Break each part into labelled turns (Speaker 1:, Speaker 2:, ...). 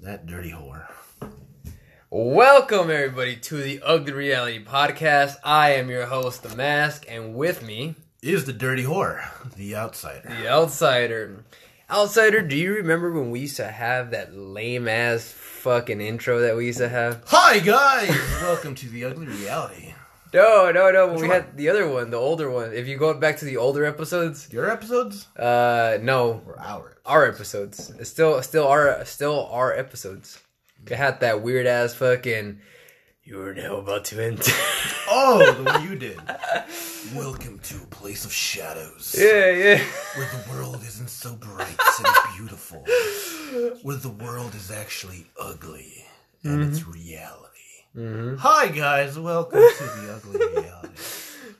Speaker 1: That dirty whore.
Speaker 2: Welcome everybody to the Ugly Reality Podcast. I am your host, The Mask, and with me,
Speaker 1: Is the dirty whore the outsider?
Speaker 2: the Outsider. Outsider, do you remember when we used to have that lame ass fucking intro that we used to have?
Speaker 1: Hi guys, welcome to the ugly reality.
Speaker 2: No, no, no. When we
Speaker 1: one?
Speaker 2: had the other one, the older one. If you go back to the older episodes,
Speaker 1: Your episodes
Speaker 2: uh, no,
Speaker 1: or our?
Speaker 2: our episodes. It's still still our still our episodes. It had that weird ass fucking you are now about to enter.
Speaker 1: Oh, the one you did. Welcome to a place of shadows,
Speaker 2: yeah, yeah.
Speaker 1: where the world isn't so bright and beautiful, where the world is actually ugly and it's
Speaker 2: Mm-hmm.
Speaker 1: reality. Hi guys, welcome to the ugly reality.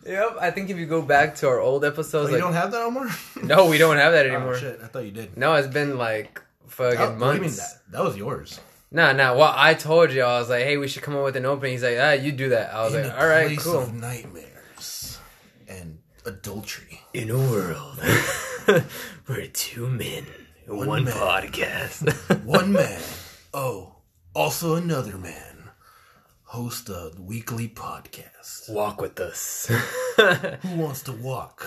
Speaker 2: Yep. I think if you go back to our old episodes,
Speaker 1: But Oh, you
Speaker 2: like
Speaker 1: don't have that anymore.
Speaker 2: no, we don't have that anymore.
Speaker 1: Oh, shit, I thought you did.
Speaker 2: no, it's been like fucking
Speaker 1: Oh,
Speaker 2: months.
Speaker 1: what do you mean that? That was yours.
Speaker 2: Nah, nah. Well, I told you I was like, hey, we should come up with an opening. He's like, ah, you do that. I was
Speaker 1: in
Speaker 2: like,
Speaker 1: a
Speaker 2: all right,
Speaker 1: place
Speaker 2: cool.
Speaker 1: of nightmares and adultery.
Speaker 2: In a world where two men, one,
Speaker 1: man.
Speaker 2: podcast.
Speaker 1: One man, oh, also another man, host a weekly podcast.
Speaker 2: Walk with us.
Speaker 1: Who wants to walk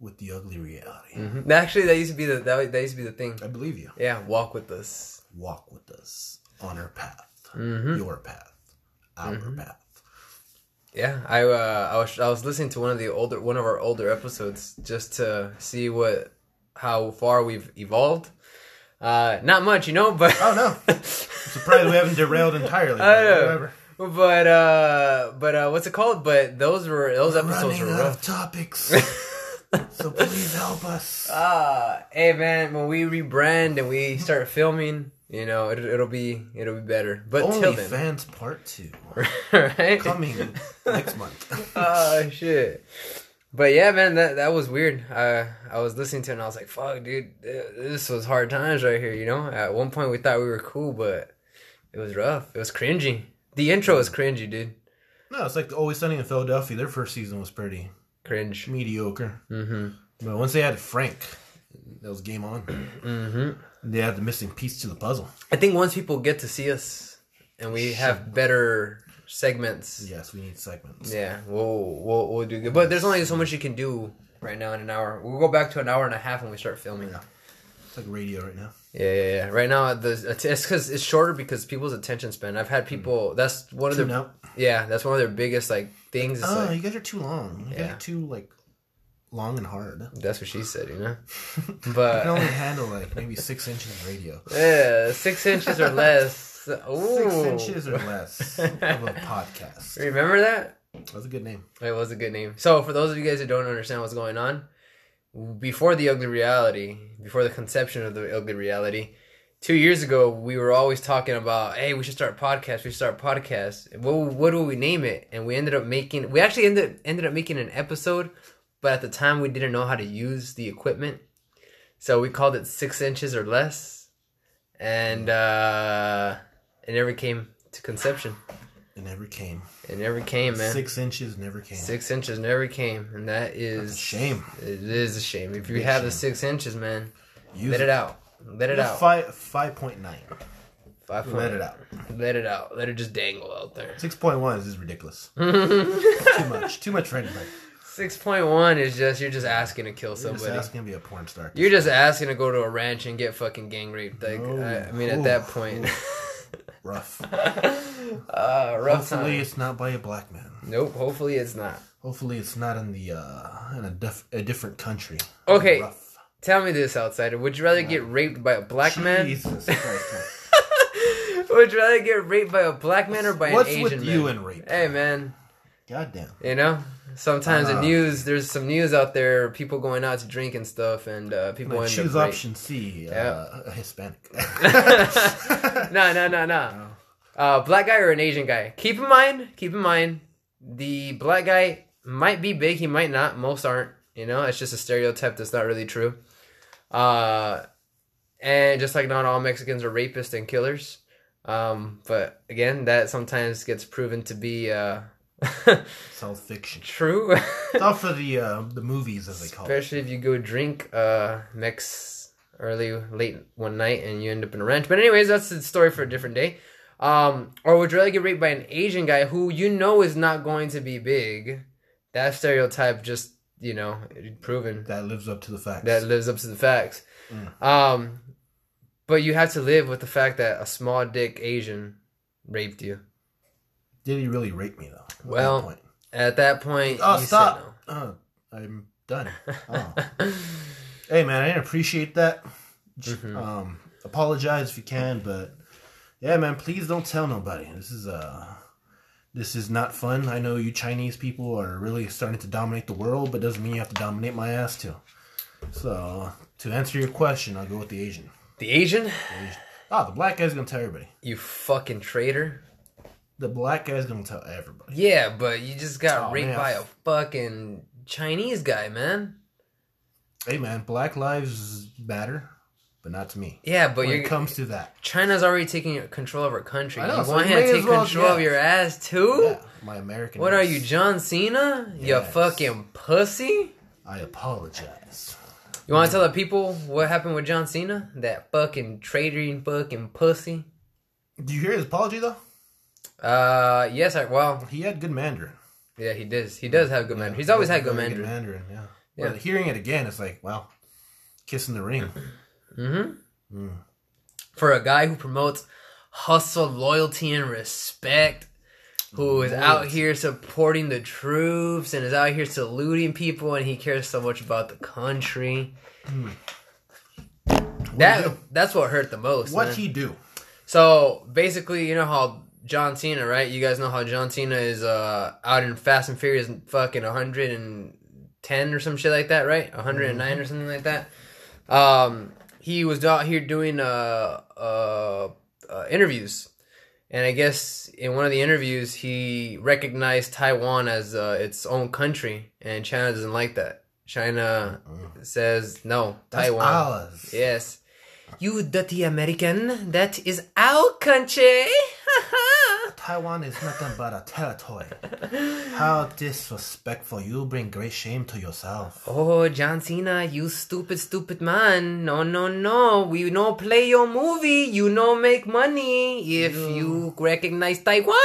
Speaker 1: with the ugly reality?
Speaker 2: Mm-hmm. Actually, that used to be the that, that used to be the thing.
Speaker 1: I believe you.
Speaker 2: Yeah, walk with us.
Speaker 1: Walk with us on our path,
Speaker 2: Mm-hmm.
Speaker 1: your path, our path.
Speaker 2: Yeah, I uh, I was I was listening to one of the older one of our older episodes just to see what how far we've evolved. Uh, not much, you know, but
Speaker 1: Oh no! I'm surprised we haven't derailed entirely.
Speaker 2: I know.
Speaker 1: but whatever.
Speaker 2: but uh, but uh, what's it called? But those were those episodes
Speaker 1: Running
Speaker 2: were
Speaker 1: out
Speaker 2: rough.
Speaker 1: of topics, so please help us.
Speaker 2: Uh, hey man, when we rebrand and we start filming, you know, it, it'll be it'll be better. But till
Speaker 1: Only
Speaker 2: then,
Speaker 1: fans part two
Speaker 2: right?
Speaker 1: coming next month.
Speaker 2: oh shit. But yeah, man, that that was weird. Uh, I was listening to it and I was like, "Fuck, dude, th- this was hard times right here." You know, at one point we thought we were cool, but it was rough. It was cringy. The intro was cringy, dude.
Speaker 1: No, it's like Always Sunny in Philadelphia. Their first season was pretty
Speaker 2: Cringe.
Speaker 1: mediocre. Mm-hmm. But once they had Frank, that was game on. Mm-hmm. They had the missing piece to the puzzle.
Speaker 2: I think once people get to see us and we have better segments,
Speaker 1: Yes, we need segments.
Speaker 2: yeah, we'll we'll, we'll do good. But there's only so much you can do right now in an hour. We'll go back to an hour and a half when we start filming.
Speaker 1: Yeah. It's like radio right now.
Speaker 2: Yeah, yeah, yeah. Right now, the it's because it's shorter because people's attention span. I've
Speaker 1: Hmm.
Speaker 2: had people. That's one of
Speaker 1: Tune
Speaker 2: their.
Speaker 1: out.
Speaker 2: Yeah, that's one of their biggest like things. It's
Speaker 1: Oh,
Speaker 2: like
Speaker 1: you guys are too long. You guys
Speaker 2: Yeah.
Speaker 1: are too like long and hard.
Speaker 2: that's what she said, you know.
Speaker 1: I can
Speaker 2: But
Speaker 1: only handle like maybe six inches of radio.
Speaker 2: yeah, six inches or less.
Speaker 1: Six
Speaker 2: Ooh.
Speaker 1: inches or less of a podcast.
Speaker 2: Remember that?
Speaker 1: That's a good name.
Speaker 2: It was a good name. So, for those of you guys who don't understand what's going on, before the ugly reality, before the conception of the ugly reality, two years ago we were always talking about, hey, we should start podcasts. We should start podcasts. What what do we name it? And we ended up making. We actually ended ended up making an episode, but at the time we didn't know how to use the equipment, so we called it six inches or less, and uh, it never came to conception.
Speaker 1: It never came.
Speaker 2: It never came, man.
Speaker 1: Six inches never came.
Speaker 2: Six inches never came, and that is
Speaker 1: Shame.
Speaker 2: it is a shame. If you have the six inches, man,
Speaker 1: Use
Speaker 2: let it out. Let it out.
Speaker 1: Five five point nine.
Speaker 2: Five point-
Speaker 1: Let it out.
Speaker 2: Let it out. Let it just dangle out there.
Speaker 1: Six point one is just ridiculous. too much. Too much for anybody.
Speaker 2: Six point one is just you're just asking to kill
Speaker 1: Somebody.
Speaker 2: somebody.
Speaker 1: gonna be a porn star.
Speaker 2: You're just asking to go to a ranch and get fucking gang raped. Like
Speaker 1: No.
Speaker 2: I, I mean, at
Speaker 1: Oof.
Speaker 2: that point,
Speaker 1: rough.
Speaker 2: uh, rough
Speaker 1: Hopefully
Speaker 2: time.
Speaker 1: it's not by a black man.
Speaker 2: Nope. Hopefully it's not.
Speaker 1: Hopefully it's not in the uh in a, def- a different country.
Speaker 2: Okay.
Speaker 1: Rough.
Speaker 2: Tell me this, outsider. Would you rather get raped by a black man?
Speaker 1: Jesus Christ.
Speaker 2: Would you rather get raped by a black man or by
Speaker 1: What's
Speaker 2: an Asian
Speaker 1: with
Speaker 2: man?
Speaker 1: you and rape?
Speaker 2: hey, man.
Speaker 1: Goddamn.
Speaker 2: You know, sometimes the
Speaker 1: Uh,
Speaker 2: news there's some news out there. People going out to drink and stuff, and uh, people end
Speaker 1: Choose
Speaker 2: up.
Speaker 1: option C. Uh,
Speaker 2: Yeah.
Speaker 1: a Hispanic.
Speaker 2: No, no, no, no. Uh, black guy or an Asian guy. Keep in mind. Keep in mind. The black guy might be big. He might not. Most aren't. You know, it's just a stereotype that's not really true. Uh, and just like not all Mexicans are rapists and killers. Um, but again, that sometimes gets proven to be uh,
Speaker 1: it's all fiction.
Speaker 2: true.
Speaker 1: It's all for the uh, the movies as they call it.
Speaker 2: especially if you go drink uh mex early, late one night, and you end up in a ranch. But anyways, that's the story for a different day. Um, or would you rather get raped by an Asian guy who you know is not going to be big? That stereotype just you know proven
Speaker 1: That lives up to the facts.
Speaker 2: that lives up to the facts. Um, but you have to live with the fact that a small dick Asian raped you.
Speaker 1: Did he really rape me though? At that
Speaker 2: Well,
Speaker 1: point?
Speaker 2: At that point,
Speaker 1: oh
Speaker 2: you
Speaker 1: stop!
Speaker 2: said no.
Speaker 1: Oh, I'm done. Oh. hey man, I didn't appreciate that. J-
Speaker 2: Mm-hmm.
Speaker 1: Um, apologize if you can, but yeah, man, please don't tell nobody. This is uh, this is not fun. I know you Chinese people are really starting to dominate the world, but doesn't mean you have to dominate my ass too. So to answer your question, I'll go with the Asian.
Speaker 2: The Asian,
Speaker 1: Ah, the black guy's gonna tell everybody.
Speaker 2: you fucking traitor.
Speaker 1: The black guy's gonna tell everybody.
Speaker 2: Yeah, but you just got
Speaker 1: Oh,
Speaker 2: raped
Speaker 1: man.
Speaker 2: by a fucking Chinese guy, man.
Speaker 1: Hey man, black lives matter, but not to me.
Speaker 2: Yeah, but
Speaker 1: When
Speaker 2: you
Speaker 1: it comes to that,
Speaker 2: China's already taking control of our country.
Speaker 1: I know,
Speaker 2: you
Speaker 1: so
Speaker 2: want
Speaker 1: you
Speaker 2: him to
Speaker 1: may as
Speaker 2: take
Speaker 1: well-
Speaker 2: control of
Speaker 1: yeah.
Speaker 2: your ass too?
Speaker 1: yeah, my American.
Speaker 2: What are
Speaker 1: ass.
Speaker 2: you, John Cena? You
Speaker 1: Yes.
Speaker 2: fucking pussy.
Speaker 1: I apologize.
Speaker 2: You
Speaker 1: Mm.
Speaker 2: want to tell the people what happened with John Cena? That fucking traitor, fucking pussy.
Speaker 1: Do you hear his apology though?
Speaker 2: Uh, yes, I well,
Speaker 1: He had good Mandarin.
Speaker 2: yeah, he does. He does have good Mandarin. He's always had good
Speaker 1: Very
Speaker 2: Mandarin.
Speaker 1: Mandarin, yeah.
Speaker 2: Yeah.
Speaker 1: But hearing it again, it's like, wow, kissing the ring.
Speaker 2: for a guy who promotes hustle, loyalty, and respect, who is out here supporting the troops and is out here saluting people, and he cares so much about the country. That that's what hurt the most.
Speaker 1: What
Speaker 2: man.
Speaker 1: he do?
Speaker 2: so basically, you know how John Cena, right? You guys know how John Cena is uh, out in Fast and Furious, fucking hundred and ten or some shit like that, right? hundred and nine or something like that. Um, he was out here doing uh, uh, uh, interviews, and I guess in one of the interviews he recognized Taiwan as uh, its own country, and China doesn't like that. China says no,
Speaker 1: That's
Speaker 2: Taiwan.
Speaker 1: ours.
Speaker 2: Yes. You dirty American, that is our country.
Speaker 1: Taiwan is nothing but a territory. How disrespectful! You bring great shame to yourself.
Speaker 2: oh, John Cena, you stupid, stupid man. No, no, no. We no play your movie. You no make money if you recognize Taiwan.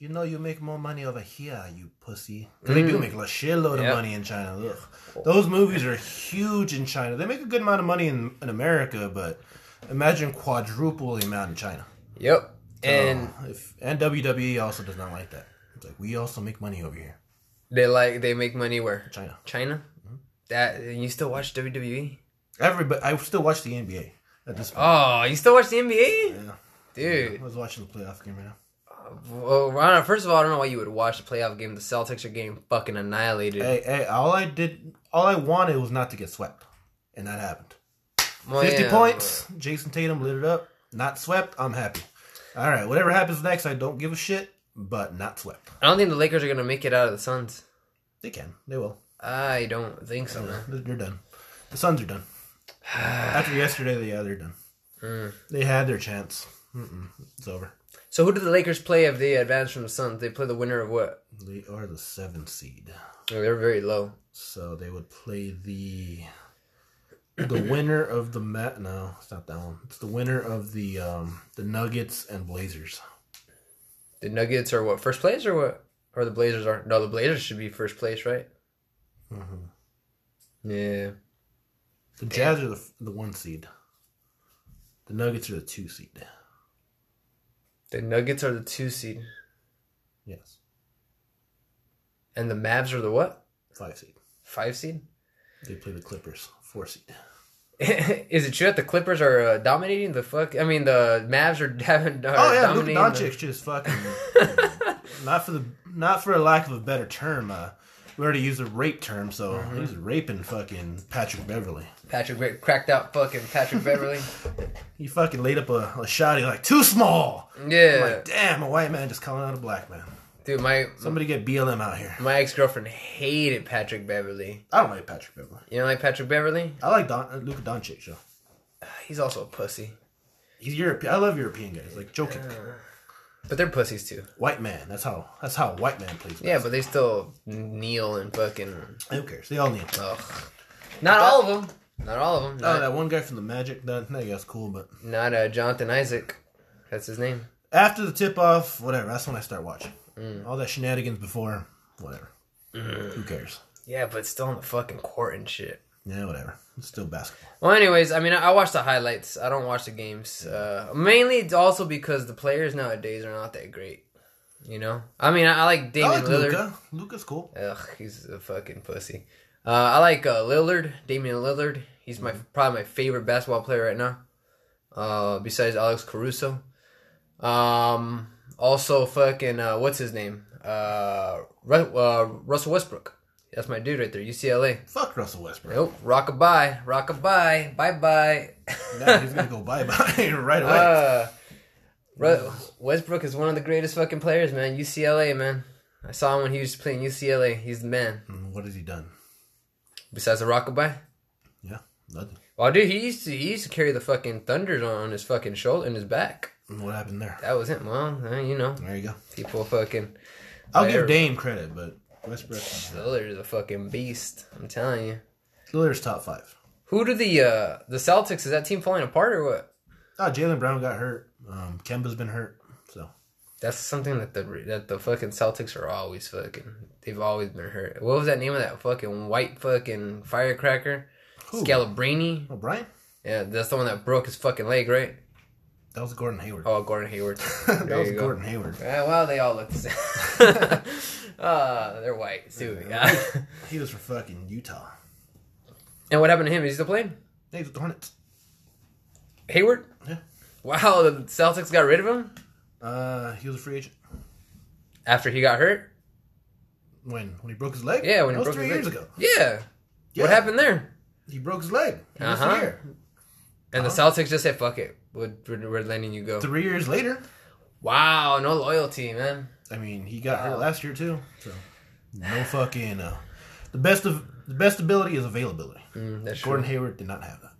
Speaker 1: You know you make more money over here, you pussy. 'Cause They do make a shitload
Speaker 2: Mm. Yep. Oh.
Speaker 1: of money in China. Ugh. Those movies are huge in China. They make a good amount of money in, in America, but imagine quadruple the amount in China.
Speaker 2: Yep. And
Speaker 1: Uh, if, and WWE also does not like that. It's like we also make money over here,
Speaker 2: they like they make money where
Speaker 1: China.
Speaker 2: China.
Speaker 1: Hmm?
Speaker 2: That you still watch E? WWE?
Speaker 1: Everybody, I still watch the NBA at this point.
Speaker 2: Oh, you still watch the NBA,
Speaker 1: Yeah.
Speaker 2: dude?
Speaker 1: I was watching the playoff game right now.
Speaker 2: Well, I don't know. first of all, I don't know why you would watch the playoff game. The Celtics are getting fucking annihilated.
Speaker 1: Hey, hey, all I did, all I wanted was not to get swept, and that happened.
Speaker 2: Well,
Speaker 1: Fifty
Speaker 2: Oh, yeah,
Speaker 1: points. Jason Tatum lit it up. Not swept. I'm happy. All right, whatever happens next, I don't give a shit. But not swept.
Speaker 2: I don't think the Lakers are gonna make it out of the Suns.
Speaker 1: They can. They will.
Speaker 2: I don't think so. man.
Speaker 1: They're done. The Suns are done. After yesterday, yeah, they're done. They had their chance. Mm-mm, it's over.
Speaker 2: So who do the Lakers play if they advance from the Suns? They play the winner of what?
Speaker 1: They are the seventh seed,
Speaker 2: Oh, they're very low.
Speaker 1: so they would play the the winner of the Met. No, it's not that one. It's the winner of the um the Nuggets and Blazers.
Speaker 2: The Nuggets are what first place or what? Or the Blazers are? No, the Blazers should be first place, right?
Speaker 1: Mm-hmm.
Speaker 2: Yeah.
Speaker 1: The Jazz are the the one seed. The Nuggets are the two seed.
Speaker 2: The Nuggets are the two seed,
Speaker 1: Yes,
Speaker 2: and the Mavs are the what?
Speaker 1: five seed.
Speaker 2: Five seed.
Speaker 1: They play the Clippers, four seed.
Speaker 2: Is it true that the Clippers are uh, dominating the fuck? I mean, the Mavs are having. Are
Speaker 1: Oh yeah, Luka
Speaker 2: dominating the-
Speaker 1: Doncic just fucking not for the not for a lack of a better term. Uh, we already used a rape term, so
Speaker 2: Mm-hmm.
Speaker 1: he's raping fucking Patrick Beverly.
Speaker 2: Patrick Be- cracked out fucking Patrick Beverly.
Speaker 1: He fucking laid up a, a shot. He's like, too small.
Speaker 2: yeah,
Speaker 1: Like, damn, a white man just calling out a black man.
Speaker 2: dude, my
Speaker 1: Somebody get BLM out here.
Speaker 2: my ex girlfriend hated Patrick Beverly.
Speaker 1: I don't like Patrick Beverly.
Speaker 2: You know, like Patrick Beverly,
Speaker 1: I like Don, uh, Luka Doncic, though.
Speaker 2: he's also a pussy,
Speaker 1: He's European. I love European guys, like joking.
Speaker 2: but they're pussies too.
Speaker 1: White man. That's how. That's how a white man plays.
Speaker 2: Yeah, but they still kneel and fucking.
Speaker 1: Who cares? They all need.
Speaker 2: Ugh. Not all of them. Not all of them.
Speaker 1: Oh,
Speaker 2: Not,
Speaker 1: that one guy from the Magic. That, that guy's cool, but
Speaker 2: not uh, Jonathan Isaac. That's his name.
Speaker 1: after the tip off, whatever. That's when I start watching. All that shenanigans before, whatever. Who cares?
Speaker 2: Yeah, but still on the fucking court and shit.
Speaker 1: Yeah, whatever. It's still basketball.
Speaker 2: Well, anyways, I mean, I, I watch the highlights. I don't watch the games. Uh, mainly, it's also because the players nowadays are not that great. You know, I mean, I, I like
Speaker 1: I
Speaker 2: Damian
Speaker 1: like
Speaker 2: Lillard.
Speaker 1: Luca. Luca's cool.
Speaker 2: Ugh, he's a fucking pussy. Uh, I like uh, Lillard, Damian Lillard. He's my probably my favorite basketball player right now, uh, besides Alex Caruso. Um, also, fucking uh, what's his name? Uh, Ru- uh, Russell Westbrook. That's my dude right there, UCLA.
Speaker 1: Fuck Russell Westbrook.
Speaker 2: Nope, rock a bye, rock a bye, bye bye.
Speaker 1: Now he's gonna go bye bye right away.
Speaker 2: Uh, Ru- Westbrook is one of the greatest fucking players, man. UCLA, man. I saw him when he was playing UCLA. He's the man.
Speaker 1: Mm, what has he done?
Speaker 2: Besides the rockabye.
Speaker 1: Yeah, nothing.
Speaker 2: Well, Oh, dude, he used to he used to carry the fucking thunders on his fucking shoulder and his back.
Speaker 1: Mm, What happened there?
Speaker 2: That was him. Well, eh, you know,
Speaker 1: There you go.
Speaker 2: people fucking
Speaker 1: I'll
Speaker 2: Player-
Speaker 1: give Dame credit, but Westbrook
Speaker 2: Lillard's a fucking beast. I'm telling you.
Speaker 1: Lillard's top five.
Speaker 2: Who do the uh the Celtics is that team falling apart or what?
Speaker 1: Ah, Jalen Brown got hurt. Um, Kemba's been hurt. So
Speaker 2: That's something that the that the fucking Celtics are always fucking. They've always been hurt. What was that name of that fucking white fucking firecracker?
Speaker 1: Who?
Speaker 2: Scalabrini.
Speaker 1: Oh, Brian?
Speaker 2: Yeah, that's the one that broke his fucking leg, right?
Speaker 1: That was Gordon Hayward.
Speaker 2: Oh, Gordon Hayward.
Speaker 1: that
Speaker 2: there
Speaker 1: was
Speaker 2: you go.
Speaker 1: Gordon Hayward.
Speaker 2: Yeah, well, they all look the same. uh, they're white too. Yeah.
Speaker 1: He was for fucking Utah.
Speaker 2: and what happened to him? Is he still playing?
Speaker 1: Hey, the Hornets.
Speaker 2: Hayward?
Speaker 1: Yeah.
Speaker 2: Wow, the Celtics got rid of him
Speaker 1: Uh, he was a free agent.
Speaker 2: after he got hurt.
Speaker 1: When? When he broke his leg?
Speaker 2: Yeah, when
Speaker 1: that
Speaker 2: he
Speaker 1: was
Speaker 2: broke
Speaker 1: three
Speaker 2: his
Speaker 1: years
Speaker 2: leg.
Speaker 1: ago.
Speaker 2: Yeah.
Speaker 1: Yeah.
Speaker 2: What happened there?
Speaker 1: He broke his leg. He missed a
Speaker 2: Uh-huh.
Speaker 1: year.
Speaker 2: And the
Speaker 1: Uh-huh.
Speaker 2: Celtics just said, "Fuck it, we're, we're, we're letting you go."
Speaker 1: Three years later,
Speaker 2: Wow, no loyalty, man.
Speaker 1: I mean, he got
Speaker 2: Wow.
Speaker 1: hurt last year too. So no fucking. Uh, the best of the best ability is availability.
Speaker 2: Mm, that's true.
Speaker 1: Gordon Hayward did not have that.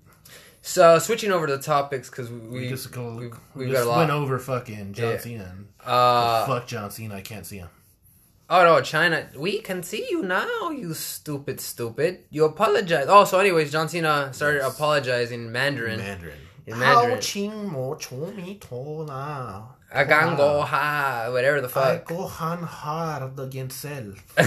Speaker 2: So switching over to the topics because we,
Speaker 1: We
Speaker 2: we,
Speaker 1: just, go,
Speaker 2: we,
Speaker 1: we,
Speaker 2: we've
Speaker 1: just
Speaker 2: got a lot.
Speaker 1: went over fucking John
Speaker 2: Yeah.
Speaker 1: Cena. And,
Speaker 2: uh,
Speaker 1: fuck John Cena. I can't see him.
Speaker 2: Oh no, China! We can see you now, you stupid, stupid. You apologize. Oh, so anyways, John Cena started apologizing in Mandarin.
Speaker 1: Mandarin.
Speaker 2: In Mandarin.
Speaker 1: 好情我从你头脑，
Speaker 2: I can go ha, whatever the
Speaker 1: I
Speaker 2: fuck.
Speaker 1: go hand hard against cell.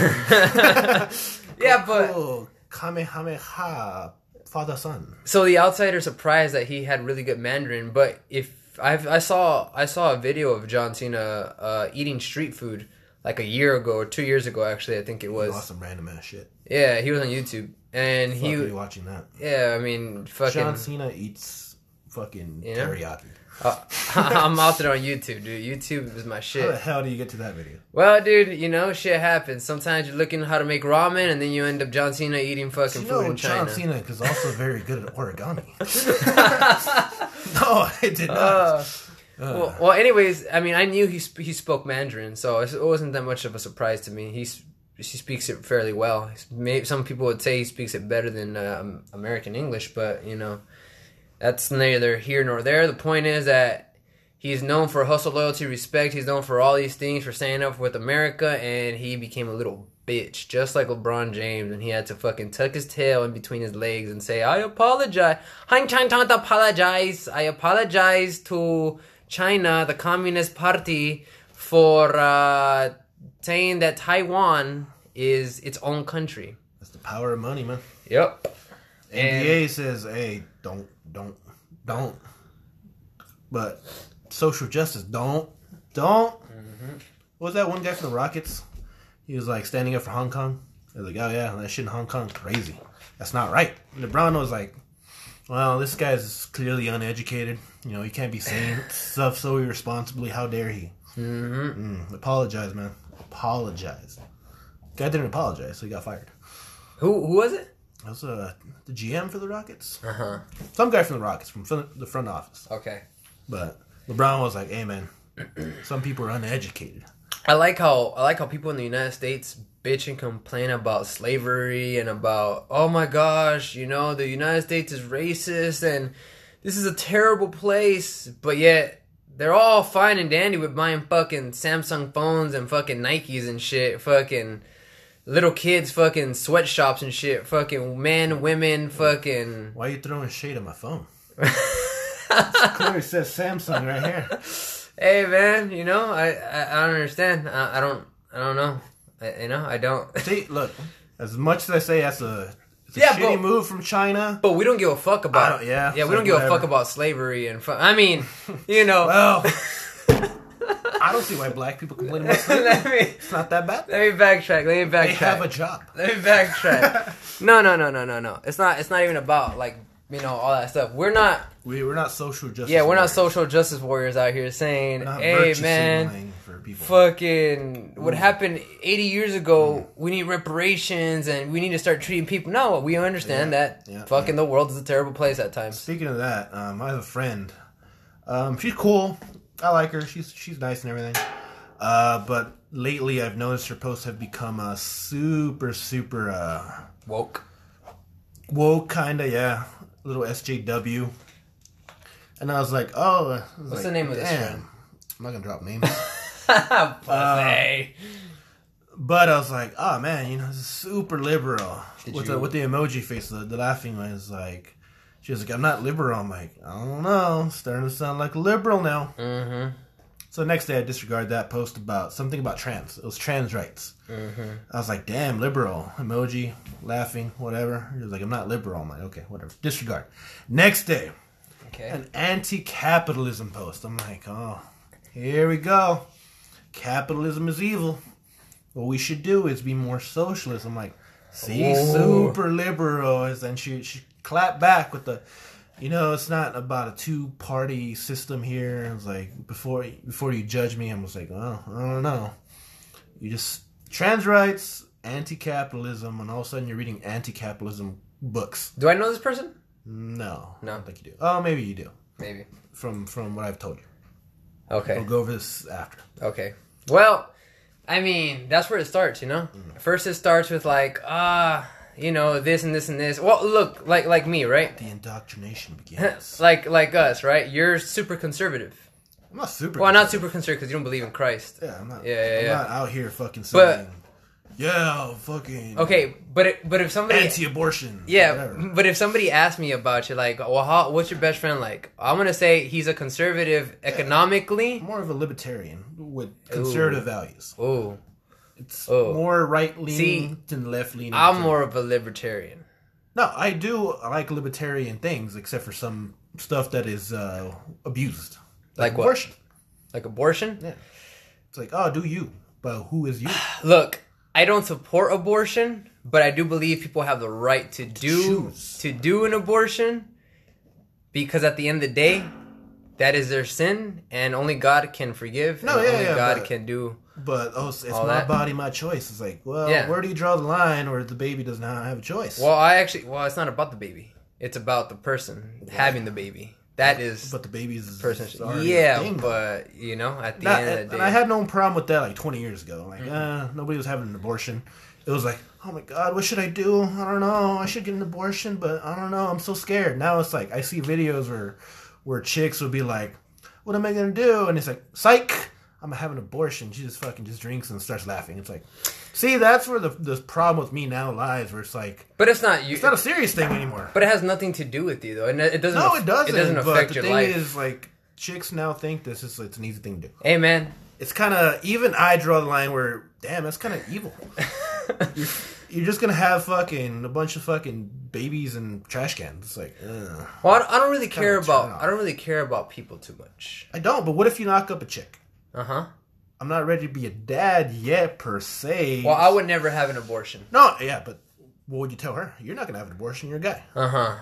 Speaker 2: yeah, but
Speaker 1: Oh, Kamehameha, father son.
Speaker 2: so the outsider surprised that he had really good Mandarin, but if I've, I saw I saw a video of John Cena uh, eating street food like a year ago or two years ago, actually I think it was.
Speaker 1: Awesome random ass shit.
Speaker 2: Yeah, he was on YouTube, and
Speaker 1: Fuck
Speaker 2: he
Speaker 1: me watching that.
Speaker 2: yeah, I mean fucking.
Speaker 1: John Cena eats fucking
Speaker 2: Yeah.
Speaker 1: teriyaki.
Speaker 2: uh, I'm out there on YouTube, dude. YouTube is my shit.
Speaker 1: How the hell do you get to that video?
Speaker 2: Well, dude, you know, shit happens. Sometimes you're looking how to make ramen, and then you end up John Cena eating fucking
Speaker 1: You
Speaker 2: food
Speaker 1: know,
Speaker 2: in China.
Speaker 1: John Cena is also very good at origami. no, I did not.
Speaker 2: Uh, well, well, anyways, I mean, I knew he sp- he spoke Mandarin, so it wasn't that much of a surprise to me. He's she speaks it fairly well. Maybe some people would say he speaks it better than um, American English, but you know, that's neither here nor there. The point is that he's known for hustle, loyalty, respect. He's known for all these things for standing up with America, and he became a little bitch, just like LeBron James, and he had to fucking tuck his tail in between his legs and say, "I apologize. I'm trying to apologize. I apologize to China, the Communist Party, for uh, saying that Taiwan is its own country."
Speaker 1: That's the power of money, man.
Speaker 2: Yep. And-
Speaker 1: NBA says, "Hey, don't, don't, don't." But social justice, don't, don't. What was that one guy from the Rockets? He was like standing up for Hong Kong. I was like, "Oh yeah, that shit in Hong Kong, crazy. That's not right." LeBron was like, "Well, this guy's clearly uneducated. You know, he can't be saying stuff so irresponsibly. How dare he?" Mm, apologize, man. Apologize. Guy didn't apologize, so he got fired.
Speaker 2: Who who was it?
Speaker 1: That was uh, the GM for the Rockets.
Speaker 2: Uh-huh.
Speaker 1: Some guy from the Rockets, from fin- the front office.
Speaker 2: Okay.
Speaker 1: But LeBron was like, hey, man, some people are uneducated.
Speaker 2: I like how I like how people in the United States bitch and complain about slavery and about oh my gosh, you know, the United States is racist and this is a terrible place, but yet they're all fine and dandy with buying fucking Samsung phones and fucking Nikes and shit, fucking little kids, fucking sweatshops and shit, fucking men, women, fucking.
Speaker 1: Why are you throwing shade at my phone? It clearly says Samsung right here.
Speaker 2: hey man, you know I I, I don't understand. I, I don't I don't know. I, you know I don't.
Speaker 1: See, look, as much as I say that's a, it's a
Speaker 2: Yeah,
Speaker 1: shitty
Speaker 2: but-
Speaker 1: move from China.
Speaker 2: But we don't give a fuck
Speaker 1: I
Speaker 2: about
Speaker 1: don't- yeah,
Speaker 2: yeah.
Speaker 1: it's
Speaker 2: We don't
Speaker 1: like
Speaker 2: give a
Speaker 1: whatever.
Speaker 2: fuck about slavery and fu- I mean, you know.
Speaker 1: Well, I don't see why black people complain about slavery.
Speaker 2: let me
Speaker 1: It's not that bad.
Speaker 2: let me backtrack. Let me backtrack.
Speaker 1: They have a job.
Speaker 2: Let me backtrack. no, no, no, no, no, no. It's not. It's not even about like you know all that stuff. We're not.
Speaker 1: We, we're not social justice.
Speaker 2: Yeah, we're not
Speaker 1: warriors.
Speaker 2: social justice warriors out here saying,
Speaker 1: We're not
Speaker 2: "Hey,
Speaker 1: virtue
Speaker 2: man,
Speaker 1: signaling for people.
Speaker 2: fucking what happened 80 years
Speaker 1: Mm.
Speaker 2: ago we need reparations and we need to start treating people no we understand
Speaker 1: Yeah,
Speaker 2: that
Speaker 1: yeah,
Speaker 2: fucking the world is a terrible place at times
Speaker 1: Speaking of that, um, I have a friend. Um, she's cool. I like her. She's she's nice and everything. Uh, but lately, I've noticed her posts have become a super super uh,
Speaker 2: woke
Speaker 1: woke kinda yeah little SJW. And I was like, oh, I was
Speaker 2: What's
Speaker 1: like,
Speaker 2: the name of this
Speaker 1: damn,
Speaker 2: friend?
Speaker 1: I'm not gonna drop names. Uh,
Speaker 2: Pussy.
Speaker 1: But I was like, oh man, you know, this is super liberal.
Speaker 2: Did
Speaker 1: With
Speaker 2: you-
Speaker 1: the with the emoji face, the, the laughing one is like she was like, I'm not liberal. I'm like, I don't know. Starting to sound like a liberal now.
Speaker 2: Mhm.
Speaker 1: So the next day I disregard that post about something about trans. It was trans rights.
Speaker 2: Mm-hmm.
Speaker 1: I was like, damn, liberal. Emoji, laughing, whatever. She was like, I'm not liberal. I'm like, okay, whatever. Disregard. Next day,
Speaker 2: okay
Speaker 1: an anti capitalism post. I'm like, oh, here we go. Capitalism is evil. What we should do is be more socialist. I'm like, see,
Speaker 2: Ooh.
Speaker 1: super liberal. is- And she, she clapped back with the, you know, it's not about a two party system here. I was like, before, before you judge me, I was like, oh, I don't know. You just, trans rights, anti capitalism, and all of a sudden you're reading anti capitalism books.
Speaker 2: do i know this person
Speaker 1: No.
Speaker 2: No.
Speaker 1: I don't think you do. Oh, maybe you do
Speaker 2: maybe
Speaker 1: from from what I've told you.
Speaker 2: okay
Speaker 1: We'll go over this after.
Speaker 2: Okay. Well, I mean, that's where it starts, you know?
Speaker 1: Mm.
Speaker 2: First it starts with like, ah, you know, this and this and this. Well, look, like like me, right?
Speaker 1: The indoctrination begins.
Speaker 2: Like like us, right? You're super conservative.
Speaker 1: I'm not super.
Speaker 2: Well, not super conservative because you don't believe in Christ.
Speaker 1: Yeah, I'm not.
Speaker 2: Yeah, yeah,
Speaker 1: I'm
Speaker 2: yeah.
Speaker 1: not out here fucking
Speaker 2: But-
Speaker 1: saying. yeah, fucking.
Speaker 2: Okay, but it, but if somebody
Speaker 1: Anti-abortion.
Speaker 2: yeah,
Speaker 1: whatever.
Speaker 2: but if somebody asked me about you, like, well, how, what's your best friend like? I'm gonna say he's a conservative economically.
Speaker 1: More of a libertarian with conservative values.
Speaker 2: Oh,
Speaker 1: It's
Speaker 2: Oh.
Speaker 1: more right
Speaker 2: See,
Speaker 1: leaning than left leaning.
Speaker 2: I'm more of a libertarian.
Speaker 1: No, I do like libertarian things, except for some stuff that is uh, abused.
Speaker 2: Like what?
Speaker 1: abortion.
Speaker 2: Like abortion.
Speaker 1: Yeah. It's like, oh, do you? But who is you?
Speaker 2: Look, I don't support abortion, but I do believe people have the right to do
Speaker 1: choose.
Speaker 2: to do an abortion because at the end of the day, that is their sin and only God can forgive
Speaker 1: No,
Speaker 2: and
Speaker 1: yeah,
Speaker 2: only
Speaker 1: yeah,
Speaker 2: God
Speaker 1: but-
Speaker 2: can do.
Speaker 1: But oh, it's, it's
Speaker 2: All
Speaker 1: my
Speaker 2: that.
Speaker 1: body, my choice. It's like, well,
Speaker 2: Yeah.
Speaker 1: where do you draw the line where the baby does not have a choice?
Speaker 2: Well, I actually well, it's not about the baby. It's about the person having the baby. That is
Speaker 1: but the baby's
Speaker 2: person.
Speaker 1: is already a
Speaker 2: Yeah,
Speaker 1: thing.
Speaker 2: but you know, at the
Speaker 1: Not-
Speaker 2: end of
Speaker 1: and,
Speaker 2: the
Speaker 1: and
Speaker 2: day,
Speaker 1: I had no problem with that like 20 years ago. Like,
Speaker 2: Mm-hmm.
Speaker 1: uh, nobody was having an abortion. It was like, oh my god, what should I do? I don't know. I should get an abortion, but I don't know. I'm so scared. Now it's like I see videos where where chicks would be like, what am I gonna do? And it's like, psych. I'm gonna have an abortion. She just fucking just drinks and starts laughing. It's like, see, that's where the the problem with me now lies. Where it's like,
Speaker 2: but it's not you.
Speaker 1: it's not a serious thing anymore.
Speaker 2: but it has nothing to do with you though, and it it doesn't.
Speaker 1: No,
Speaker 2: aff-
Speaker 1: it doesn't.
Speaker 2: It doesn't
Speaker 1: but
Speaker 2: affect
Speaker 1: the
Speaker 2: your
Speaker 1: thing
Speaker 2: life.
Speaker 1: is, like, chicks now think this is it's an easy thing to do.
Speaker 2: hey man,
Speaker 1: It's kind of even I draw the line where, damn, that's kind of evil. you're, you're just gonna have fucking a bunch of fucking babies and trash cans. It's like, ugh.
Speaker 2: Well, I don't, I don't really care
Speaker 1: Kinda turn
Speaker 2: about
Speaker 1: off.
Speaker 2: I don't really care about people too much.
Speaker 1: I don't. But what if you knock up a chick?
Speaker 2: Uh
Speaker 1: Uh-huh.
Speaker 2: huh.
Speaker 1: I'm not ready to be a dad yet, per se.
Speaker 2: Well, I would never have an abortion.
Speaker 1: no, yeah, but what would you tell her? You're not gonna have an abortion. You're a guy.
Speaker 2: Uh huh.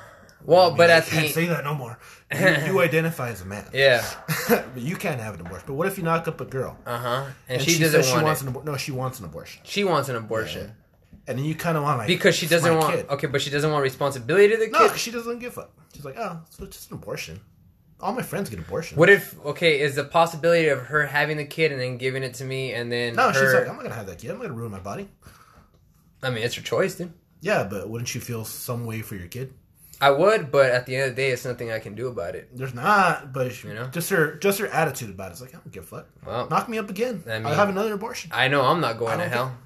Speaker 2: Well, but
Speaker 1: I
Speaker 2: at
Speaker 1: can't
Speaker 2: the
Speaker 1: say that no more. You, you identify as a man.
Speaker 2: yeah,
Speaker 1: but you can't have an abortion. But what if you knock up a girl?
Speaker 2: uh huh, and,
Speaker 1: And
Speaker 2: she,
Speaker 1: she,
Speaker 2: doesn't
Speaker 1: says she
Speaker 2: want
Speaker 1: wants
Speaker 2: it.
Speaker 1: an abor- no, she wants an abortion,
Speaker 2: She wants an abortion
Speaker 1: and then you kind of want like
Speaker 2: because she
Speaker 1: it's my
Speaker 2: doesn't want.
Speaker 1: kid.
Speaker 2: Okay, but she doesn't want responsibility to the
Speaker 1: No,
Speaker 2: kid.
Speaker 1: 'cause she doesn't give up. She's like, oh, so it's just an abortion. All my friends get abortion.
Speaker 2: What if okay is the possibility of her having the kid and then giving it to me and then
Speaker 1: No,
Speaker 2: her?
Speaker 1: she's like, I'm not gonna have that kid. I'm not gonna ruin my body.
Speaker 2: I mean, it's her choice, dude.
Speaker 1: Yeah, but wouldn't you feel some way for your kid?
Speaker 2: I would, but at the end of the day, it's nothing I can do about it.
Speaker 1: There's not, but she,
Speaker 2: You know?
Speaker 1: just her just her attitude about it. It's like, I don't give a fuck.
Speaker 2: Well,
Speaker 1: Knock me up again.
Speaker 2: I
Speaker 1: I
Speaker 2: mean-
Speaker 1: will have another abortion.
Speaker 2: I know I'm not going to
Speaker 1: don't
Speaker 2: hell.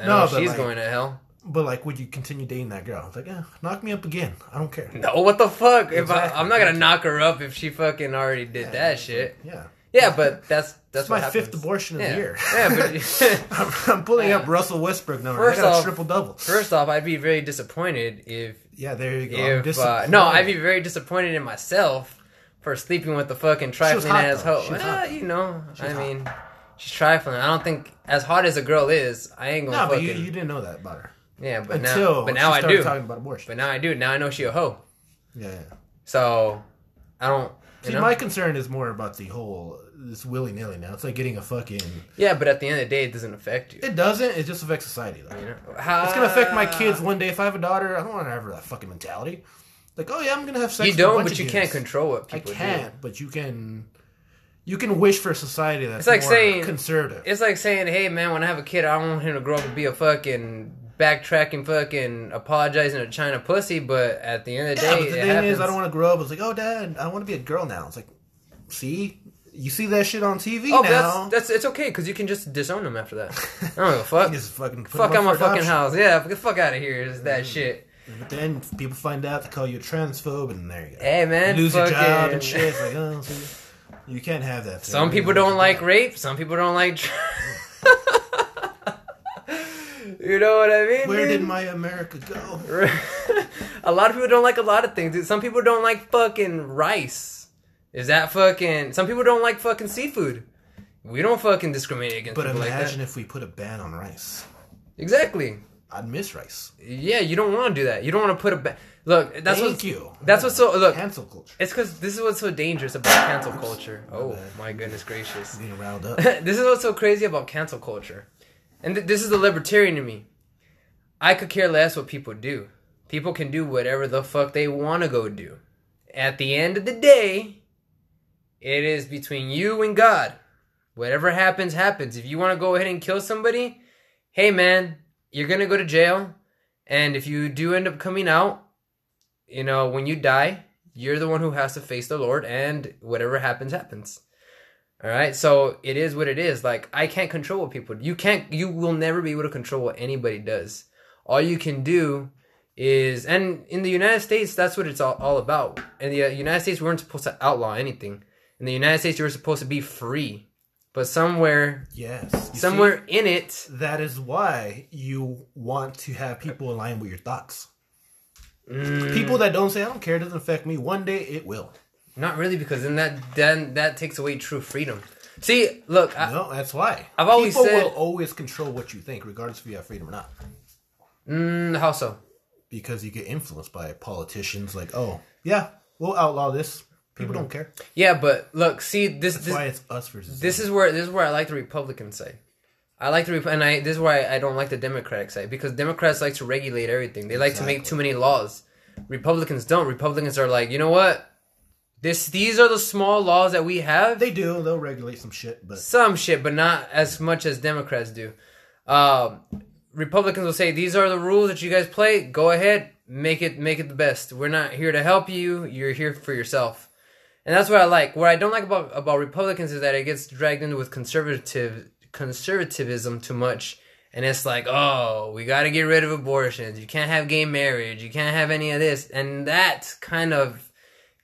Speaker 2: I
Speaker 1: No,
Speaker 2: know
Speaker 1: but,
Speaker 2: she's
Speaker 1: like-
Speaker 2: going to hell.
Speaker 1: But like, would you continue dating that girl? It's like, yeah, knock me up again. I don't care.
Speaker 2: No, what the fuck? If I,
Speaker 1: Exactly.
Speaker 2: I'm not gonna knock her up if she fucking already did that shit.
Speaker 1: Yeah,
Speaker 2: Yeah, but that's that's
Speaker 1: it's
Speaker 2: what
Speaker 1: my
Speaker 2: happens.
Speaker 1: fifth abortion of
Speaker 2: yeah.
Speaker 1: the year.
Speaker 2: yeah, but
Speaker 1: I'm, I'm pulling
Speaker 2: Yeah.
Speaker 1: up Russell Westbrook numbers.
Speaker 2: First
Speaker 1: I got
Speaker 2: off-
Speaker 1: a triple double.
Speaker 2: first off, I'd be very disappointed if
Speaker 1: Yeah, there you go. I'm
Speaker 2: if uh, no, I'd be
Speaker 1: disappointed.
Speaker 2: very disappointed in myself for sleeping with the fucking
Speaker 1: was
Speaker 2: trifling
Speaker 1: hot,
Speaker 2: ass
Speaker 1: though.
Speaker 2: hoe.
Speaker 1: She was
Speaker 2: Well,
Speaker 1: hot.
Speaker 2: you know, I
Speaker 1: was hot.
Speaker 2: mean, she's trifling. I don't think as hot as a girl is, I ain't gonna
Speaker 1: No, but
Speaker 2: fucking
Speaker 1: you, you didn't know that about her
Speaker 2: yeah. But
Speaker 1: until
Speaker 2: now, but now
Speaker 1: she
Speaker 2: I
Speaker 1: started
Speaker 2: do.
Speaker 1: talking about abortion.
Speaker 2: But now I do. Now I know she a hoe.
Speaker 1: yeah, yeah.
Speaker 2: So I don't. you
Speaker 1: See,
Speaker 2: know?
Speaker 1: my concern is more about the whole this willy nilly. Now it's like getting a fucking.
Speaker 2: yeah, but at the end of the day, it doesn't affect you.
Speaker 1: It doesn't. It just affects society. Though.
Speaker 2: you know? How,
Speaker 1: It's gonna affect my kids one day. If I have a daughter, I don't want to have that fucking mentality. Like, oh yeah, I'm gonna have sex.
Speaker 2: You
Speaker 1: with a
Speaker 2: don't,
Speaker 1: bunch
Speaker 2: but
Speaker 1: of
Speaker 2: you
Speaker 1: dudes.
Speaker 2: can't control what
Speaker 1: I
Speaker 2: people do.
Speaker 1: can't, but you can. You can wish for a society that's
Speaker 2: It's like
Speaker 1: more
Speaker 2: saying-
Speaker 1: conservative.
Speaker 2: It's like saying, "Hey, man, when I have a kid, I don't want him to grow up and be a fucking backtracking, fucking apologizing to China pussy." But at the end of the
Speaker 1: yeah,
Speaker 2: day,
Speaker 1: but the
Speaker 2: it
Speaker 1: thing
Speaker 2: happens.
Speaker 1: is, I don't want to grow up. It's like, oh, dad, I want to be a girl now. It's like, see, you see that shit on TV
Speaker 2: oh, but
Speaker 1: now.
Speaker 2: that's, that's it's okay because you can just disown him after that. I don't give a fuck.
Speaker 1: Just fucking put
Speaker 2: fuck
Speaker 1: them
Speaker 2: out
Speaker 1: up
Speaker 2: my
Speaker 1: for
Speaker 2: fucking
Speaker 1: adoption. Mm.
Speaker 2: house. Yeah, get the fuck out of here. Is that shit?
Speaker 1: But then people find out they call you a transphobe, and there you go.
Speaker 2: Hey, man,
Speaker 1: you lose your job
Speaker 2: fucking-
Speaker 1: and shit. It's like, oh, see, you can't have that. thing.
Speaker 2: Some people don't like rape. Some people don't like. tr- you know what I mean?
Speaker 1: Where did
Speaker 2: dude?
Speaker 1: my America go?
Speaker 2: a lot of people don't like a lot of things. dude. Some people don't like fucking rice. Is that fucking? Some people don't like fucking seafood. We don't fucking discriminate against
Speaker 1: But
Speaker 2: people like
Speaker 1: imagine
Speaker 2: that.
Speaker 1: if we put a ban on rice.
Speaker 2: Exactly.
Speaker 1: I'd miss rice.
Speaker 2: Yeah, you don't want to do that. You don't want to put a ba- look. That's
Speaker 1: Thank
Speaker 2: what's,
Speaker 1: you.
Speaker 2: That's what's so look.
Speaker 1: Cancel culture.
Speaker 2: It's because this is what's so dangerous about cancel culture. Oh
Speaker 1: bad.
Speaker 2: my goodness gracious.
Speaker 1: Being riled up.
Speaker 2: this is what's so crazy about cancel culture. And th- this is the libertarian in me. I could care less what people do. People can do whatever the fuck they want to go do. At the end of the day, it is between you and God. Whatever happens, happens. If you want to go ahead and kill somebody, hey man, you're going to go to jail. And if you do end up coming out, you know, when you die, you're the one who has to face the Lord, and whatever happens, happens. All right, so it is what it is. Like I can't control what people. You can't. You will never be able to control what anybody does. All you can do is, and in the United States, that's what it's all, all about. In the uh, United States, we weren't supposed to outlaw anything. In the United States, you were supposed to be free. But somewhere,
Speaker 1: Yes. You
Speaker 2: somewhere in it,
Speaker 1: see, that is why you want to have people aligned with your thoughts.
Speaker 2: Mm.
Speaker 1: People that don't say, I don't care, it doesn't affect me, one day it will.
Speaker 2: not really, because then that then that takes away true freedom. See, look, I,
Speaker 1: No, that's why.
Speaker 2: I've always
Speaker 1: people
Speaker 2: said-
Speaker 1: will always control what you think, regardless if you have freedom or not.
Speaker 2: mm, how so?
Speaker 1: Because you get influenced by politicians like, oh, yeah, we'll outlaw this. People don't care.
Speaker 2: Yeah, but look, see, this
Speaker 1: That's
Speaker 2: Mm-hmm. this,
Speaker 1: why it's us versus
Speaker 2: this is where this is where I like the Republican side. I like the Rep- and I this is why I don't like the Democratic side because Democrats like to regulate everything. They like to make too many laws. Republicans don't. Republicans are like, you know what? This these are the small laws that we have.
Speaker 1: They do. They'll regulate some shit, but
Speaker 2: some shit, but not as much as Democrats do. Um, Republicans will say these are the rules that you guys play. Go ahead, make it make it the best. We're not here to help you. You're here for yourself, and that's what I like. What I don't like about about Republicans is that it gets dragged into with conservative conservatism too much. And it's like, oh, we got to get rid of abortions. You can't have gay marriage. You can't have any of this. And that kind of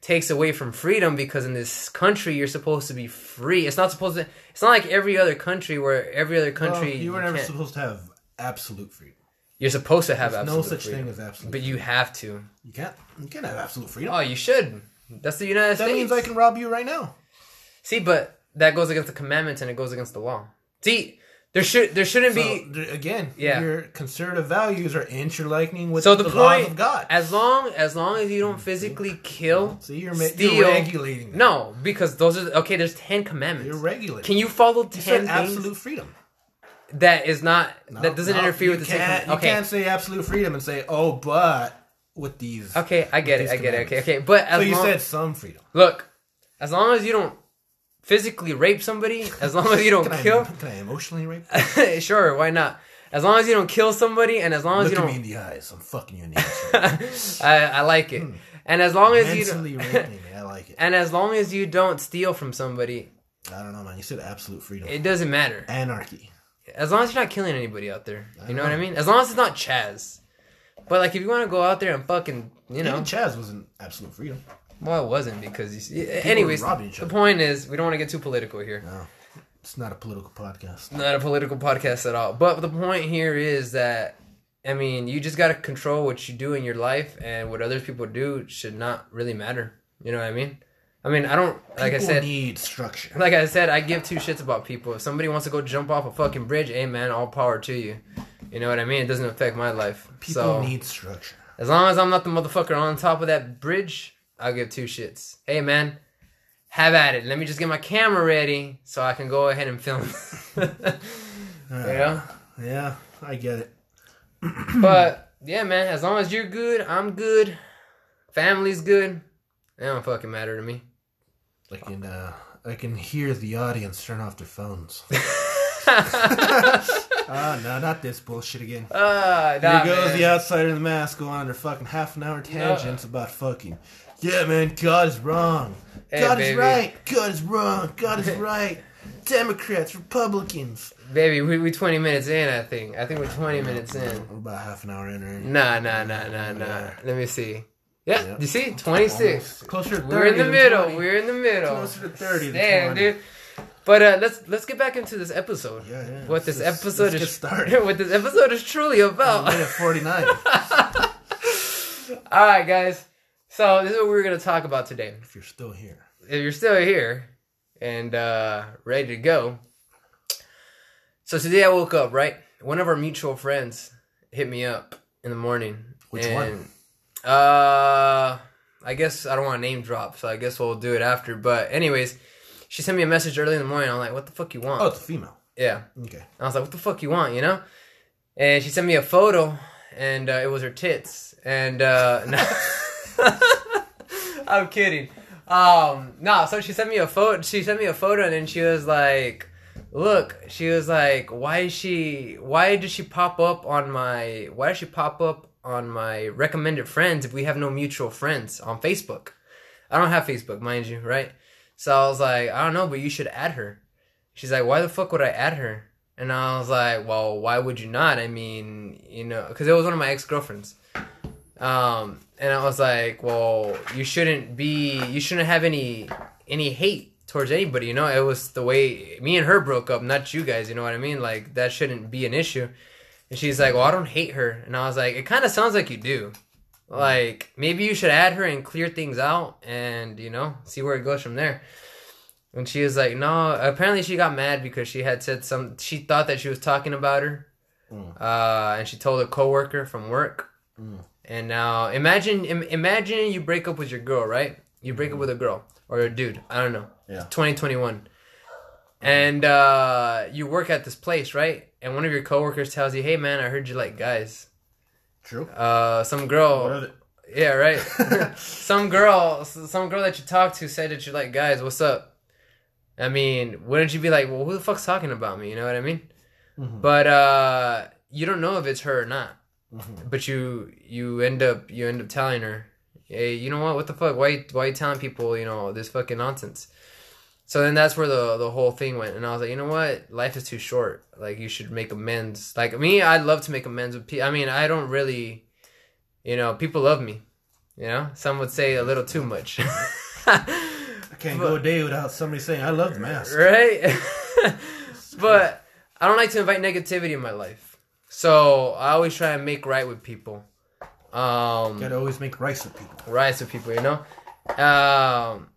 Speaker 2: takes away from freedom because in this country you're supposed to be free. It's not supposed to. It's not like every other country where every other
Speaker 1: Well,
Speaker 2: country
Speaker 1: you were
Speaker 2: you
Speaker 1: never
Speaker 2: can't-
Speaker 1: supposed to have absolute freedom.
Speaker 2: you're supposed to have absolute
Speaker 1: No such
Speaker 2: freedom,
Speaker 1: thing as absolute.
Speaker 2: but you have to.
Speaker 1: you can't. You can't have absolute freedom.
Speaker 2: Oh, you should. That's the United
Speaker 1: that
Speaker 2: States.
Speaker 1: means I can rob you right now.
Speaker 2: See, but that goes against the commandments and it goes against the law. See, there should there shouldn't
Speaker 1: So,
Speaker 2: be.
Speaker 1: there- again,
Speaker 2: Yeah.
Speaker 1: your conservative values are interlining with
Speaker 2: So
Speaker 1: the,
Speaker 2: the,
Speaker 1: laws
Speaker 2: point,
Speaker 1: of God.
Speaker 2: as long as long as you don't physically kill,
Speaker 1: so you're, ma-
Speaker 2: steal,
Speaker 1: you're regulating. That.
Speaker 2: no, because those are okay. There's ten commandments.
Speaker 1: you're regulating.
Speaker 2: Can you follow ten
Speaker 1: said
Speaker 2: things?
Speaker 1: absolute freedom?
Speaker 2: that is not
Speaker 1: No,
Speaker 2: that doesn't
Speaker 1: no,
Speaker 2: interfere
Speaker 1: you
Speaker 2: with the
Speaker 1: can't,
Speaker 2: Ten
Speaker 1: You
Speaker 2: Commandments.
Speaker 1: can't say absolute freedom and say, oh, but with these.
Speaker 2: Okay, okay, I get it,
Speaker 1: these
Speaker 2: I get it. Okay,
Speaker 1: commandments.
Speaker 2: okay, but as
Speaker 1: So you
Speaker 2: long,
Speaker 1: said some freedom.
Speaker 2: look, as long as you don't physically rape somebody, as long as you don't
Speaker 1: Can I,
Speaker 2: kill,
Speaker 1: can I emotionally rape?
Speaker 2: sure, why not? As long as you don't kill somebody, and as long as
Speaker 1: Look
Speaker 2: you
Speaker 1: at
Speaker 2: don't,
Speaker 1: me in the eyes. I'm fucking you in the eyes.
Speaker 2: I, I like it. And as long as you,
Speaker 1: Hmm. Mentally
Speaker 2: don't,
Speaker 1: raping me. I like it.
Speaker 2: and as long as you don't steal from somebody,
Speaker 1: I don't know, man. You said absolute freedom.
Speaker 2: it doesn't matter.
Speaker 1: Anarchy.
Speaker 2: As long as you're not killing anybody out there, you know, what I
Speaker 1: know.
Speaker 2: mean. As long as it's not Chaz, but like if you want to go out there and fucking, you know,
Speaker 1: Even Chaz was an absolute freedom.
Speaker 2: well, it wasn't because you. See, anyways,
Speaker 1: robbing each
Speaker 2: the
Speaker 1: other. Uh-huh.
Speaker 2: point is we don't want to get too political here.
Speaker 1: No, it's not a political podcast.
Speaker 2: not a political podcast at all. But the point here is that I mean, you just got to control what you do in your life, and what other people do should not really matter. You know what I mean? I mean, I don't like I
Speaker 1: People
Speaker 2: said.
Speaker 1: need structure.
Speaker 2: like I said, I give two shits about people. If somebody wants to go jump off a fucking bridge, hey man, all power to you. You know what I mean? It doesn't affect my life.
Speaker 1: People
Speaker 2: so
Speaker 1: need structure.
Speaker 2: as long as I'm not the motherfucker on top of that bridge, I'll give two shits. Hey man, have at it. Let me just get my camera ready so I can go ahead and film. you
Speaker 1: Uh.
Speaker 2: know?
Speaker 1: Yeah, I get it.
Speaker 2: But yeah, man, as long as you're good, I'm good. Family's good. It don't fucking matter to me.
Speaker 1: I can uh, I can hear the audience turn off their phones. Ah, no, not this bullshit again.
Speaker 2: Uh,
Speaker 1: Here
Speaker 2: nah,
Speaker 1: goes
Speaker 2: man.
Speaker 1: the outsider in the mask going on their fucking half an hour tangents about fucking. Yeah, man, God is wrong.
Speaker 2: Hey,
Speaker 1: God is
Speaker 2: baby.
Speaker 1: right. God is wrong. God is right. Democrats, Republicans.
Speaker 2: Baby, we we 20 minutes in, I think. I think we're 20 minutes in.
Speaker 1: We're about half an hour in already.
Speaker 2: Nah, nah, nah, nah, nah. Let me see. Yeah,
Speaker 1: Yep.
Speaker 2: you see? 26.
Speaker 1: Almost. Closer to 30
Speaker 2: We're in the
Speaker 1: than
Speaker 2: middle.
Speaker 1: 20.
Speaker 2: We're in the middle.
Speaker 1: Closer to 30 than
Speaker 2: Damn,
Speaker 1: 20.
Speaker 2: dude. But uh, let's let's get back into this episode.
Speaker 1: Yeah, yeah.
Speaker 2: What
Speaker 1: Let's
Speaker 2: this
Speaker 1: just-
Speaker 2: episode
Speaker 1: let's
Speaker 2: is
Speaker 1: get started.
Speaker 2: what this episode is truly about.
Speaker 1: Minute 49.
Speaker 2: All right, guys. So this is what we're gonna talk about today.
Speaker 1: if you're still here.
Speaker 2: if you're still here and uh, ready to go. So today I woke up, right? One of our mutual friends hit me up in the morning.
Speaker 1: Which one?
Speaker 2: Uh, I guess I don't want to name drop, so I guess we'll do it after. But anyways, she sent me a message early in the morning. I'm like, what the fuck you want?
Speaker 1: Oh, it's a female.
Speaker 2: Yeah.
Speaker 1: Okay.
Speaker 2: I was like, what the fuck you want, you know? And she sent me a photo, and uh, it was her tits. And, uh, no. I'm kidding. Um, no, so she sent me a photo, she sent me a photo, and then she was like, look, she was like, why is she, why did she pop up on my, why did she pop up on my recommended friends if we have no mutual friends on Facebook? I don't have Facebook, mind you, right? So I was like, I don't know, but you should add her. She's like, why the fuck would I add her? And I was like, well, why would you not? I mean, you know, because it was one of my ex girlfriends. Um, and I was like, well, you shouldn't be, you shouldn't have any any hate towards anybody. You know, it was the way me and her broke up, not you guys. You know what I mean? Like that shouldn't be an issue. And she's like, well, I don't hate her. And I was like, it kind of sounds like you do. Like maybe you should add her and clear things out, and you know, see where it goes from there. And she was like, no. Apparently, she got mad because she had said some. She thought that she was talking about her,
Speaker 1: Mm.
Speaker 2: uh, and she told a coworker from work.
Speaker 1: Mm.
Speaker 2: And now, imagine, im- imagine you break up with your girl, right? You break up with a girl or a dude. I don't know.
Speaker 1: Mm-hmm. Yeah.
Speaker 2: Twenty twenty one, and uh, you work at this place, right? And one of your coworkers tells you, "Hey, man, I heard you like guys."
Speaker 1: True.
Speaker 2: Uh, some girl.
Speaker 1: What other-
Speaker 2: Yeah, right. some girl, some girl that you talked to said that you're like, guys, what's up? I mean, wouldn't you be like, well, who the fuck's talking about me? You know what I mean?
Speaker 1: Mhm.
Speaker 2: But uh, you don't know if it's her or not.
Speaker 1: Mhm.
Speaker 2: But you you end up you end up telling her, hey, you know what? What the fuck? Why you- why you telling people you know this fucking nonsense? So then that's where the the whole thing went, and I was like, you know what? Life is too short. Like you should make amends. Like me, I love to make amends with people. I mean, I don't really, you know, people love me. You know, some would say a little too much.
Speaker 1: I can't go a day without somebody saying, I love the mask.
Speaker 2: right? but I don't like to invite negativity in my life. So I always try and make right with people. Um,
Speaker 1: Gotta always make rice with people.
Speaker 2: riots with people, you know? Um,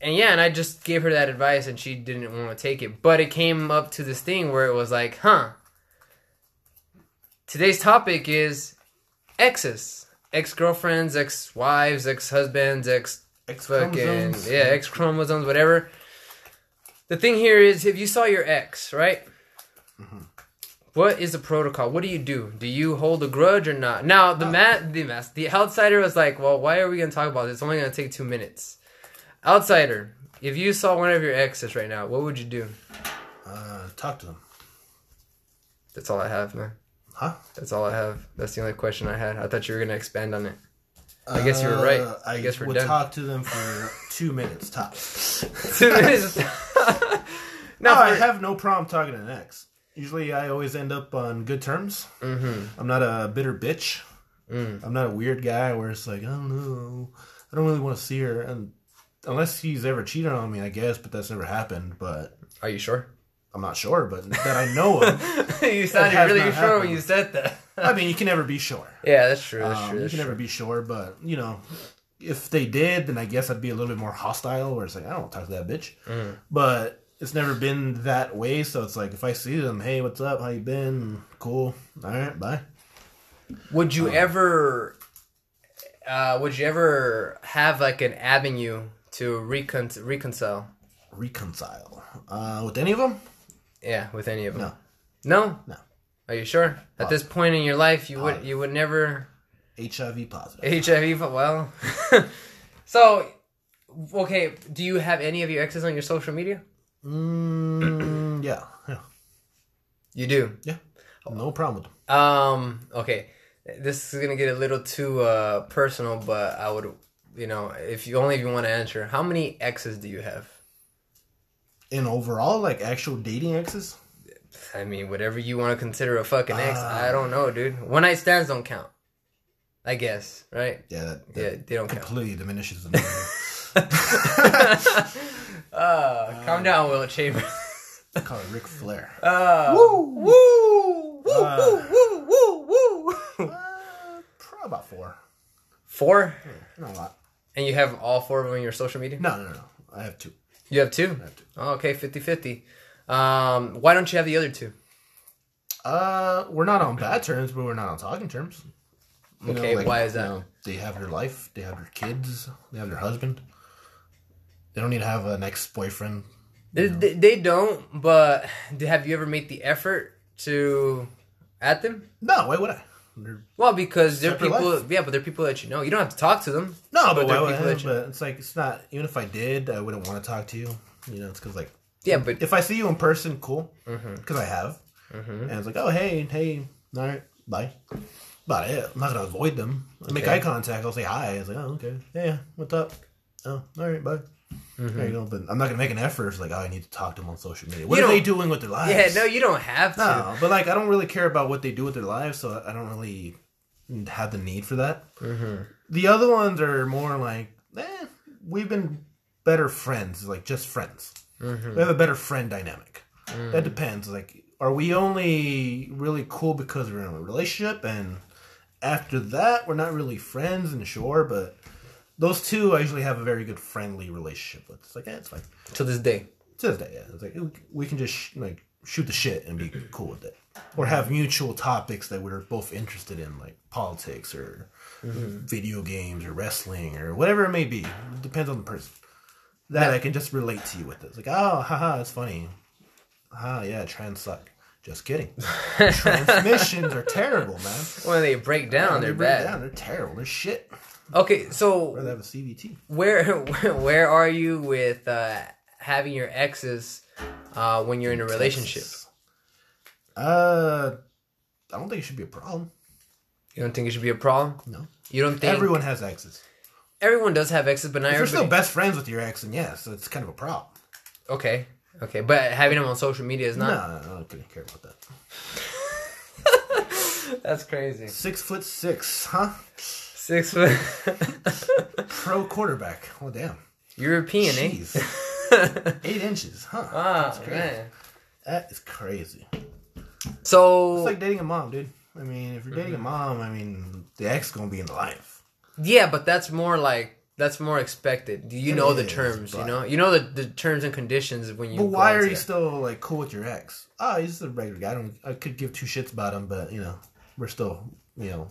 Speaker 2: and yeah, and I just gave her that advice and she didn't want to take it. But it came up to this thing where it was like, huh, today's topic is exes, ex girlfriends, ex wives, ex husbands, ex
Speaker 1: X
Speaker 2: fucking,
Speaker 1: chromosomes.
Speaker 2: yeah, X chromosomes, whatever. The thing here is if you saw your ex, right?
Speaker 1: Mm-hmm.
Speaker 2: What is the protocol? What do you do? Do you hold a grudge or not? Now
Speaker 1: Uh,
Speaker 2: the mat, the mess, the outsider was like, "Well, why are we gonna talk about this? It's only gonna take two minutes." Outsider, if you saw one of your exes right now, what would you do?
Speaker 1: Uh, talk to them.
Speaker 2: That's all I have, man.
Speaker 1: Huh?
Speaker 2: That's all I have. That's the only question I had. I thought you were gonna expand on it. I guess you were right.
Speaker 1: Uh,
Speaker 2: I guess we're
Speaker 1: would
Speaker 2: done.
Speaker 1: talk to them for two minutes tops.
Speaker 2: two minutes.
Speaker 1: No,
Speaker 2: now,
Speaker 1: I have no problem talking to an ex. Usually, I always end up on good terms.
Speaker 2: Mm-hmm.
Speaker 1: I'm not a bitter bitch.
Speaker 2: Mm.
Speaker 1: I'm not a weird guy where it's like, I don't know, I don't really want to see her, and unless he's ever cheated on me, I guess, but that's never happened. But
Speaker 2: Are you sure?
Speaker 1: I'm not sure, but that I know of.
Speaker 2: you sounded
Speaker 1: has
Speaker 2: really sure
Speaker 1: not
Speaker 2: when
Speaker 1: happened.
Speaker 2: you said that.
Speaker 1: I mean, you can never be sure.
Speaker 2: yeah, that's true. That's
Speaker 1: Um,
Speaker 2: true.
Speaker 1: you
Speaker 2: That's
Speaker 1: can
Speaker 2: true.
Speaker 1: never be sure, but you know, if they did, then I guess I'd be a little bit more hostile, where it's like I don't want to talk to that bitch. But it's never been that way, so it's like if I see them, hey, what's up? How you been? Cool. All right, bye.
Speaker 2: Would you ever, uh, would you ever have like an avenue to recon- reconcile?
Speaker 1: Reconcile uh, with any of them?
Speaker 2: Yeah, with any of them.
Speaker 1: No.
Speaker 2: No. Uh,
Speaker 1: No.
Speaker 2: Are you sure? At this point in your life, you would you would never
Speaker 1: HIV positive.
Speaker 2: HIV. but Well, so okay. Do you have any of your exes on your social media?
Speaker 1: Mm, yeah, yeah,
Speaker 2: You do.
Speaker 1: yeah. No problem with them.
Speaker 2: Um. Okay. This is gonna get a little too uh, personal, but I would, you know, if you only if you want to answer, how many exes do you have?
Speaker 1: In overall, like actual dating exes,
Speaker 2: I mean, whatever you want to consider a fucking ex,
Speaker 1: Ah.
Speaker 2: I don't know, dude. One night stands don't count. I guess, right?
Speaker 1: yeah, that, that
Speaker 2: Yeah, they don't count.
Speaker 1: completely diminishes the number.
Speaker 2: Uh, calm down, Will Chambers.
Speaker 1: I call it Ric Flair.
Speaker 2: Uh, woo, woo, woo,
Speaker 1: Uh.
Speaker 2: woo, woo, woo, woo.
Speaker 1: Uh, probably about four.
Speaker 2: Four,
Speaker 1: Not a lot.
Speaker 2: and you have all four of them on your social media.
Speaker 1: No, no, no. I have two.
Speaker 2: You have two.
Speaker 1: have two.
Speaker 2: Oh, okay, 50-50. Um, why don't you have the other two?
Speaker 1: Uh, we're not on bad terms, but we're not on talking terms. You
Speaker 2: Okay, why is that?
Speaker 1: they have their life. They have their kids. They have their husband. They don't need to have an ex-boyfriend.
Speaker 2: They, they, they don't. But have you ever made the effort to at them?
Speaker 1: No, why would I? They're-
Speaker 2: Well, because they're
Speaker 1: Separate
Speaker 2: people.
Speaker 1: life.
Speaker 2: Yeah, but they're people that you know. You don't have to talk to them.
Speaker 1: no, but,
Speaker 2: they're
Speaker 1: why would I?
Speaker 2: people that you-
Speaker 1: But it's like it's not. Even if I did, I wouldn't want to talk to you. You know, it's because like
Speaker 2: Yeah, but
Speaker 1: if I see you in person, cool. Because
Speaker 2: Mm-hmm.
Speaker 1: I have. And it's like, oh hey, hey, all right, bye. About it. I'm not gonna avoid them. I make
Speaker 2: Okay.
Speaker 1: eye contact. I'll say hi. It's like, oh okay, yeah, what's up? Oh, all right, bye. There you go. But I'm not gonna make an effort. It's like, oh, I need to talk to them on social media. What
Speaker 2: Mm-hmm. You
Speaker 1: are they
Speaker 2: don't-
Speaker 1: doing with their
Speaker 2: yeah,
Speaker 1: lives?
Speaker 2: no, you don't have to.
Speaker 1: no. But like, I don't really care about what they do with their lives, so I don't really have the need for that.
Speaker 2: Mm-hmm.
Speaker 1: The other ones are more like, eh, we've been better friends, like just friends.
Speaker 2: Mm-hmm.
Speaker 1: We have a better friend dynamic.
Speaker 2: Mm.
Speaker 1: That depends. Like, are we only really cool because we're in a relationship, and after that, we're not really friends? And sure, but those two, I usually have a very good friendly relationship with. It's like, eh, it's fine.
Speaker 2: To this day.
Speaker 1: To this day, yeah. It's like we can just sh- like shoot the shit and be cool with it, or have mutual topics that we're both interested in, like politics or
Speaker 2: Mm-hmm.
Speaker 1: video games or wrestling or whatever it may be. It depends on the person. That I can just relate to you with. It's like, oh, haha, it's funny. Ah, yeah, trans suck. Just kidding. Transmissions are terrible, man.
Speaker 2: When they break down,
Speaker 1: They
Speaker 2: they're
Speaker 1: break
Speaker 2: bad.
Speaker 1: down. They're terrible. They're shit.
Speaker 2: Okay,
Speaker 1: They
Speaker 2: so
Speaker 1: have a CVT.
Speaker 2: where where are you with uh, having your exes uh, when you're in a relationship?
Speaker 1: Uh, I don't think it should be a problem.
Speaker 2: You don't think it should be a problem?
Speaker 1: No.
Speaker 2: You don't think everyone,
Speaker 1: Everyone has exes.
Speaker 2: does have exes, but not
Speaker 1: If you're still
Speaker 2: everybody.
Speaker 1: best friends with your ex, and yes, so it's kind of a problem.
Speaker 2: okay, okay, but having them on social media is
Speaker 1: No,
Speaker 2: not.
Speaker 1: no, no, I couldn't care about that.
Speaker 2: That's crazy.
Speaker 1: Six foot six, huh?
Speaker 2: Six foot
Speaker 1: Pro quarterback. Oh damn.
Speaker 2: European,
Speaker 1: Jeez.
Speaker 2: eh?
Speaker 1: Eight inches, huh?
Speaker 2: oh
Speaker 1: crazy.
Speaker 2: man.
Speaker 1: That is crazy.
Speaker 2: So
Speaker 1: It's like dating a mom, dude. I mean, if you're dating
Speaker 2: Mm-hmm.
Speaker 1: a mom, I mean, the ex gonna be in the life.
Speaker 2: yeah, but that's more like that's more expected. You know the
Speaker 1: is,
Speaker 2: terms, you
Speaker 1: but-
Speaker 2: know, you know the, the terms and conditions when you.
Speaker 1: But
Speaker 2: go
Speaker 1: why are
Speaker 2: into
Speaker 1: you
Speaker 2: that.
Speaker 1: still like cool with your ex? Oh, he's just a regular guy. I don't. I could give two shits about him, but you know, we're still, you know,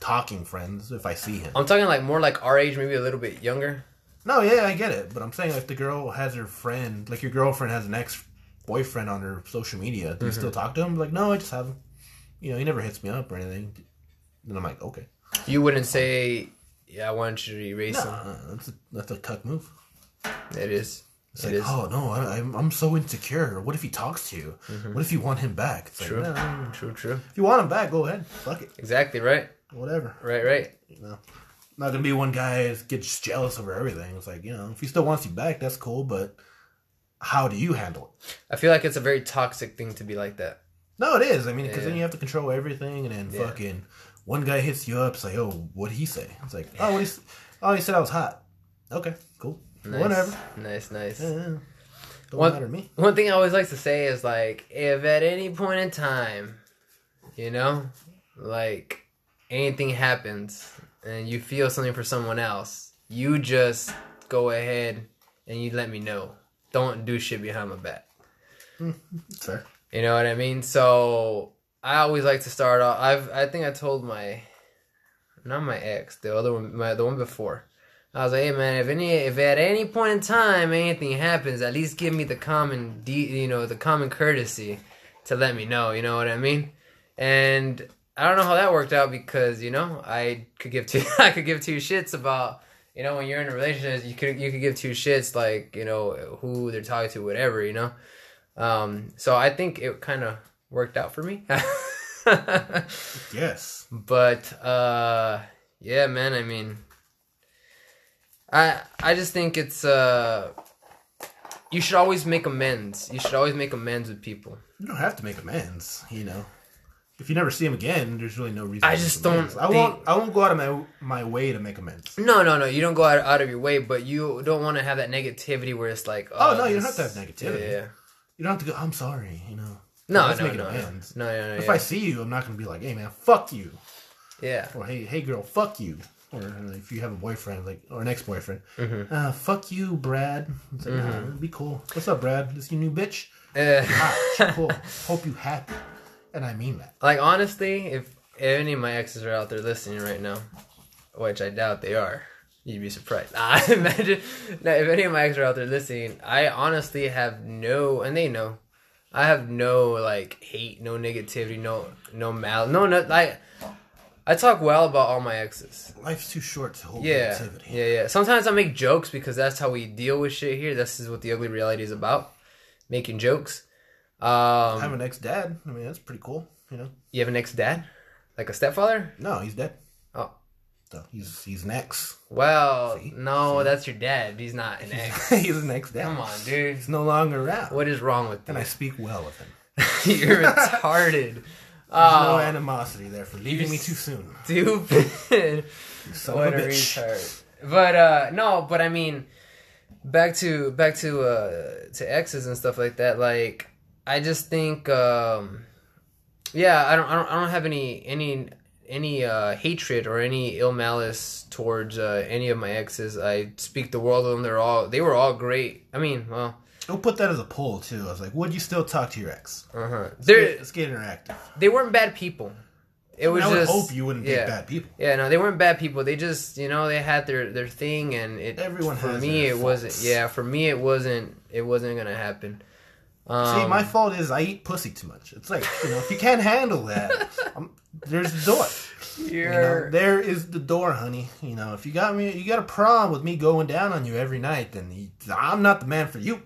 Speaker 1: talking friends if I see him.
Speaker 2: I'm talking like more like our age, maybe a little bit younger.
Speaker 1: No, yeah, I get it, but I'm saying if the girl has her friend, like your girlfriend has an ex boyfriend on her social media, do you still
Speaker 2: Mm-hmm.
Speaker 1: talk to him? Like, no, I just have, you know, he never hits me up or anything. Then I'm like, okay,
Speaker 2: You wouldn't say, "Yeah, I want you to erase them."
Speaker 1: uh, that's a, that's a cuck move.
Speaker 2: It is.
Speaker 1: It's
Speaker 2: It
Speaker 1: like,
Speaker 2: is.
Speaker 1: oh no, I, I'm I'm so insecure. What if he talks to you?
Speaker 2: Mm-hmm.
Speaker 1: What if you want him back? It's like,
Speaker 2: True.
Speaker 1: no,
Speaker 2: True. True.
Speaker 1: if you want him back, go ahead, fuck it,
Speaker 2: Exactly. Right.
Speaker 1: whatever.
Speaker 2: Right. Right.
Speaker 1: You know, not gonna be one guy that gets jealous over everything. It's like, you know, if he still wants you back, that's cool, but how do you handle it?
Speaker 2: I feel like it's a very toxic thing to be like that.
Speaker 1: No, it is. I mean, because
Speaker 2: Yeah.
Speaker 1: then you have to control everything, and then
Speaker 2: Yeah.
Speaker 1: fucking one guy hits you up. It's like, oh, what would he say? It's like, oh, what he, s- oh, he said I was hot. Okay, cool,
Speaker 2: Nice,
Speaker 1: whatever.
Speaker 2: Nice, nice.
Speaker 1: Yeah, yeah. Don't
Speaker 2: One-
Speaker 1: matter to me.
Speaker 2: One thing I always like to say is like, if at any point in time, you know, like anything happens and you feel something for someone else, you just go ahead and you let me know. Don't do shit behind my back.
Speaker 1: It's fair.
Speaker 2: You know what I mean? So I always like to start off. I've I think I told my, not my ex, the other one, my the one before. I was like, hey man, if any, if at any point in time anything happens, at least give me the common, de- you know, the common courtesy to let me know. You know what I mean? And I don't know how that worked out because you know I could give two, I could give two shits about. You know, when you're in a relationship, you could you could give two shits like you know who they're talking to, whatever. You know, um, so I think it kind of worked out for me.
Speaker 1: Yes.
Speaker 2: but uh, yeah, man. I mean, I I just think it's uh, you should always make amends. You should always make amends with people.
Speaker 1: You don't have to make amends, you know. If you never see him again, there's really no reason.
Speaker 2: I
Speaker 1: to make
Speaker 2: just don't
Speaker 1: amends. I
Speaker 2: think-
Speaker 1: won't. I won't go out of my my way to make amends.
Speaker 2: No, no, no. You don't go out, out of your way, but you don't want to have that negativity where it's like,
Speaker 1: Oh, no, you don't
Speaker 2: this-
Speaker 1: have to have negativity.
Speaker 2: Yeah.
Speaker 1: You don't have to go. I'm sorry, you know.
Speaker 2: No,
Speaker 1: Let's
Speaker 2: no, no,
Speaker 1: make
Speaker 2: no, no,
Speaker 1: amends.
Speaker 2: no, no, no,
Speaker 1: If
Speaker 2: yeah.
Speaker 1: I see you, I'm not gonna be like, "Hey man, fuck you,"
Speaker 2: yeah.
Speaker 1: or "Hey, hey girl, fuck you," or uh, if you have a boyfriend, like or an ex-boyfriend, uh, "Fuck you, Brad." It's like, "Nah, it'd be cool. What's up, Brad? This your new bitch?
Speaker 2: Eh.
Speaker 1: Ah, she cool. Hope you happy, and I mean that.
Speaker 2: Like honestly, if any of my exes are out there listening right now, which I doubt they are, you'd be surprised. I imagine now, if any of my exes are out there listening, I honestly have no, and they know, I have no like hate, no negativity, no no mal, no no like. I talk well about all my exes.
Speaker 1: Life's too short to hold
Speaker 2: Yeah,
Speaker 1: negativity.
Speaker 2: yeah, yeah. Sometimes I make jokes because that's how we deal with shit here. This is what the ugly reality is about, making jokes.
Speaker 1: I have
Speaker 2: Um,
Speaker 1: an ex-dad. I mean, that's pretty cool. You know?
Speaker 2: you have an ex-dad, like a stepfather.
Speaker 1: No, he's dead.
Speaker 2: Oh,
Speaker 1: So he's he's an ex.
Speaker 2: Well, no, that's your dad. He's not an ex.
Speaker 1: he's an ex-dad.
Speaker 2: Come on, dude.
Speaker 1: He's no longer around,
Speaker 2: What is wrong with
Speaker 1: and I
Speaker 2: you?
Speaker 1: speak well of him.
Speaker 2: You're retarded.
Speaker 1: There's
Speaker 2: Oh,
Speaker 1: no animosity there for leaving me too soon.
Speaker 2: stupid.
Speaker 1: Son
Speaker 2: what a
Speaker 1: of a bitch.
Speaker 2: retard. But uh, no, but I mean, back to back to uh to exes and stuff like that. Like, I just think, um, yeah, I don't, I don't, I don't have any any any uh, hatred or any ill malice towards uh, any of my exes. I speak the world of them. They're all they were all great. I mean, well.
Speaker 1: We'll put that as a poll too. I was like, would you still talk to your ex?
Speaker 2: Uh-huh. They
Speaker 1: Let's get interactive.
Speaker 2: they weren't bad people. It was
Speaker 1: I would
Speaker 2: just
Speaker 1: hope you wouldn't
Speaker 2: yeah.
Speaker 1: date bad people.
Speaker 2: Yeah, no, they weren't bad people. They just, you know, they had their their thing, and it.
Speaker 1: Everyone
Speaker 2: for
Speaker 1: has
Speaker 2: me,
Speaker 1: their
Speaker 2: it wasn't.
Speaker 1: faults.
Speaker 2: Yeah, for me, it wasn't. It wasn't gonna happen. Um,
Speaker 1: See, my fault is I eat pussy too much. It's like you know, if you can't handle that, i there's the door. You know,
Speaker 2: you're
Speaker 1: there is the door, honey. You know, if you got me, you got a problem with me going down on you every night, then you, I'm not the man for you.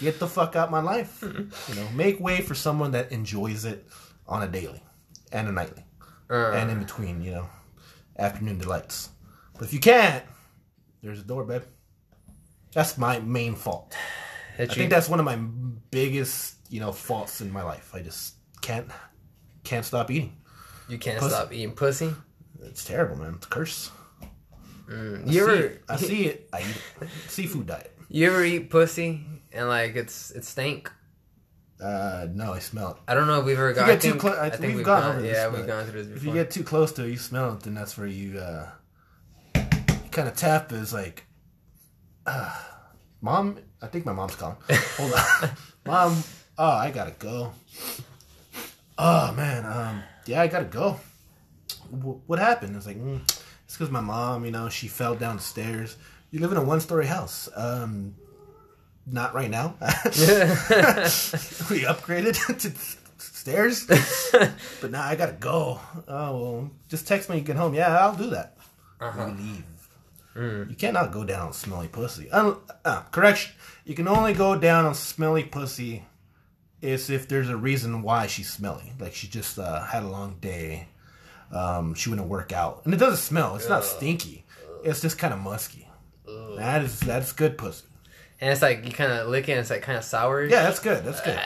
Speaker 1: Get the fuck out my life. You know, make way for someone that enjoys it on a daily and a nightly
Speaker 2: uh,
Speaker 1: and in between. You know, afternoon delights. But if you can't, there's a door, babe. That's my main fault.
Speaker 2: that
Speaker 1: I
Speaker 2: you-
Speaker 1: think that's one of my biggest, you know, faults in my life. I just can't can't stop eating.
Speaker 2: you can't
Speaker 1: pussy.
Speaker 2: stop eating pussy.
Speaker 1: It's terrible, man. It's a curse.
Speaker 2: You
Speaker 1: Mm, see
Speaker 2: ever
Speaker 1: it. I see it. I eat it. Seafood diet.
Speaker 2: you ever eat pussy and like it's it's stank.
Speaker 1: Uh, no, I smell it.
Speaker 2: I don't know if we've ever
Speaker 1: If
Speaker 2: got.
Speaker 1: you
Speaker 2: I
Speaker 1: get too
Speaker 2: think,
Speaker 1: close,
Speaker 2: I think
Speaker 1: we've, gone over this.
Speaker 2: Yeah,
Speaker 1: but
Speaker 2: we've gone through this
Speaker 1: If you
Speaker 2: before.
Speaker 1: get too close to it, you smell it, then that's where you, uh, you kind of tap is like, uh, mom. I think my mom's calling. Hold on, mom. Oh, I gotta go. Oh man, um, yeah, I gotta go. W- what happened? It's like, mm, it's because my mom. You know, she fell downstairs. You live in a one-story house. Um, not right now. we upgraded to s- stairs, but now I gotta go. Oh well, just text me when you get home. Yeah, I'll do that. You leave. You cannot go down on smelly pussy. Un- uh, correction. You can only go down on smelly pussy is if there's a reason why she's smelly. Like she just uh, had a long day. Um, she wouldn't work out, and it doesn't smell. It's not stinky. It's just kind of musky. That is that's good pussy.
Speaker 2: and it's like you kind of lick it. and It's like kind of sour.
Speaker 1: Yeah, that's good. That's good.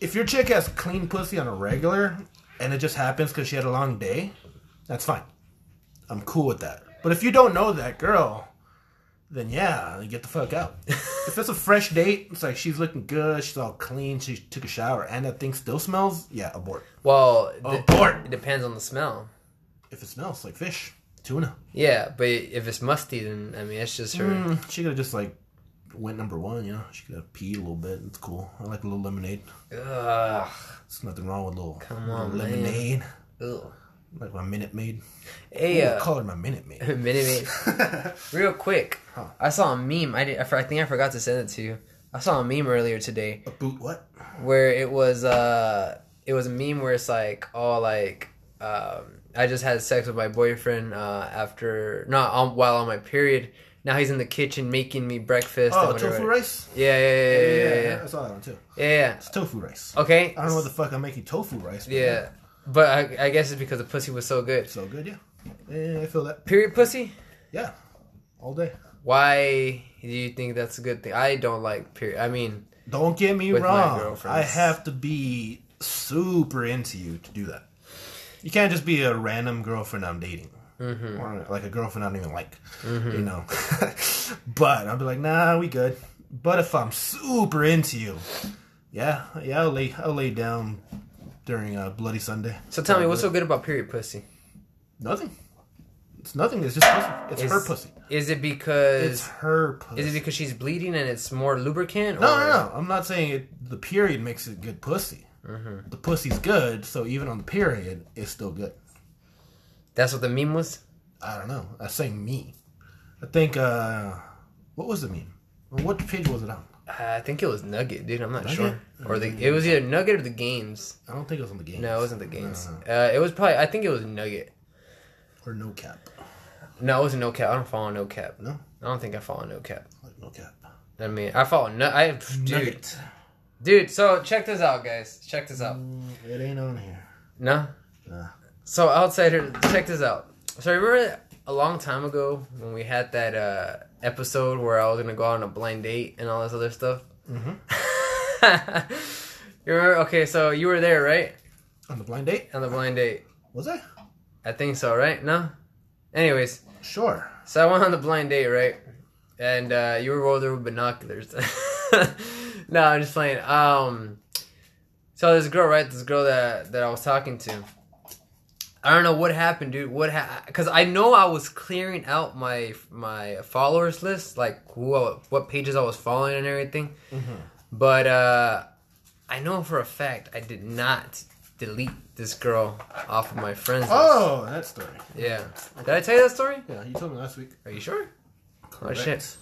Speaker 1: if your chick has clean pussy on a regular and it just happens because she had a long day, that's fine. I'm cool with that. But if you don't know that girl, then yeah, get the fuck out. if it's a fresh date, it's like she's looking good, she's all clean, she took a shower, and that thing still smells, yeah, abort.
Speaker 2: Well, de-
Speaker 1: Abort.
Speaker 2: it depends on the smell.
Speaker 1: If it smells like fish, tuna,
Speaker 2: Yeah, but if it's musty, then I mean, it's just her.
Speaker 1: mm, she could have just like went number one, you know? She could have peed a little bit. It's cool. I like a little lemonade.
Speaker 2: Ugh.
Speaker 1: There's nothing wrong with a little,
Speaker 2: Come on,
Speaker 1: little lemonade.
Speaker 2: Ugh.
Speaker 1: Like my Minute Maid.
Speaker 2: Hey,
Speaker 1: Ooh,
Speaker 2: uh,
Speaker 1: call her my Minute Maid.
Speaker 2: Minute Maid. Real quick, I saw a meme. I, did, I, for- I think I forgot to send it to you. I saw a meme earlier today
Speaker 1: A boot what?
Speaker 2: where it was uh it was a meme where it's like all like um I just had sex with my boyfriend uh after not on, while on my period. Now he's in the kitchen making me breakfast. and
Speaker 1: Oh,
Speaker 2: whatever.
Speaker 1: tofu rice?
Speaker 2: Yeah, yeah, yeah, yeah, yeah, yeah.
Speaker 1: I saw that one too.
Speaker 2: yeah, yeah.
Speaker 1: It's tofu rice.
Speaker 2: Okay.
Speaker 1: I don't know what the fuck I'm making tofu rice. But
Speaker 2: yeah, but I, I guess it's because the pussy was so good.
Speaker 1: it's So good, yeah. Yeah, I feel that.
Speaker 2: Period pussy.
Speaker 1: Yeah, all day.
Speaker 2: Why do you think that's a good thing? I don't like period. I mean,
Speaker 1: Don't get me
Speaker 2: With my
Speaker 1: wrong.
Speaker 2: girlfriends.
Speaker 1: I have to be super into you to do that. You can't just be a random girlfriend I'm dating. Mm-hmm. Or like a girlfriend I don't even like.
Speaker 2: Mm-hmm.
Speaker 1: You know? but I'll be like, nah, we good. But if I'm super into you, yeah, yeah, I'll lay, I'll lay down during uh, Bloody Sunday.
Speaker 2: so tell me, what's so good about period pussy?
Speaker 1: Nothing. It's nothing. It's just pussy. It's her pussy.
Speaker 2: Is it because
Speaker 1: It's her pussy.
Speaker 2: is it because she's bleeding and it's more lubricant?
Speaker 1: No,
Speaker 2: or-
Speaker 1: no, no. I'm not saying it, the period makes it good pussy.
Speaker 2: Mm-hmm.
Speaker 1: The pussy's good, so even on the period, it's still good.
Speaker 2: That's what the meme was.
Speaker 1: I don't know. I say me. I think, uh, what was the meme? What page was it on?
Speaker 2: I think it was Nugget, dude. I'm not
Speaker 1: Nugget?
Speaker 2: sure. Or the it was either Nugget or the games.
Speaker 1: I don't think it was on the game.
Speaker 2: No, it wasn't the games. Uh, it was probably. I think it was Nugget.
Speaker 1: Or no cap.
Speaker 2: No, it was no cap. I don't follow no cap.
Speaker 1: No?
Speaker 2: I don't think I follow no cap.
Speaker 1: Like no cap.
Speaker 2: I mean, I follow no. I dude,
Speaker 1: Nugget.
Speaker 2: dude. So check this out, guys. Check this out.
Speaker 1: Mm, It ain't on here.
Speaker 2: No.
Speaker 1: Nah.
Speaker 2: So outsider, check this out. So remember a long time ago when we had that uh, episode where I was gonna go out on a blind date and all this other stuff. Mm-hmm. you remember? Okay, so you were there, right?
Speaker 1: On the blind date?
Speaker 2: On the blind date.
Speaker 1: Was I?
Speaker 2: I think so, right? No. Anyways,
Speaker 1: Sure.
Speaker 2: so I went on the blind date, right? And uh, you were over there with binoculars. no, I'm just playing. Um, so this girl, right? This girl that that I was talking to. I don't know what happened, dude. What? Because I know I was clearing out my my followers list, like who, I, what pages I was following and everything. But uh, I know for a fact I did not delete this girl off of my friends list.
Speaker 1: Oh, that story.
Speaker 2: Yeah. Did I tell you that story?
Speaker 1: Yeah, you told me last week.
Speaker 2: Are you sure? Oh
Speaker 1: Correct.
Speaker 2: shit.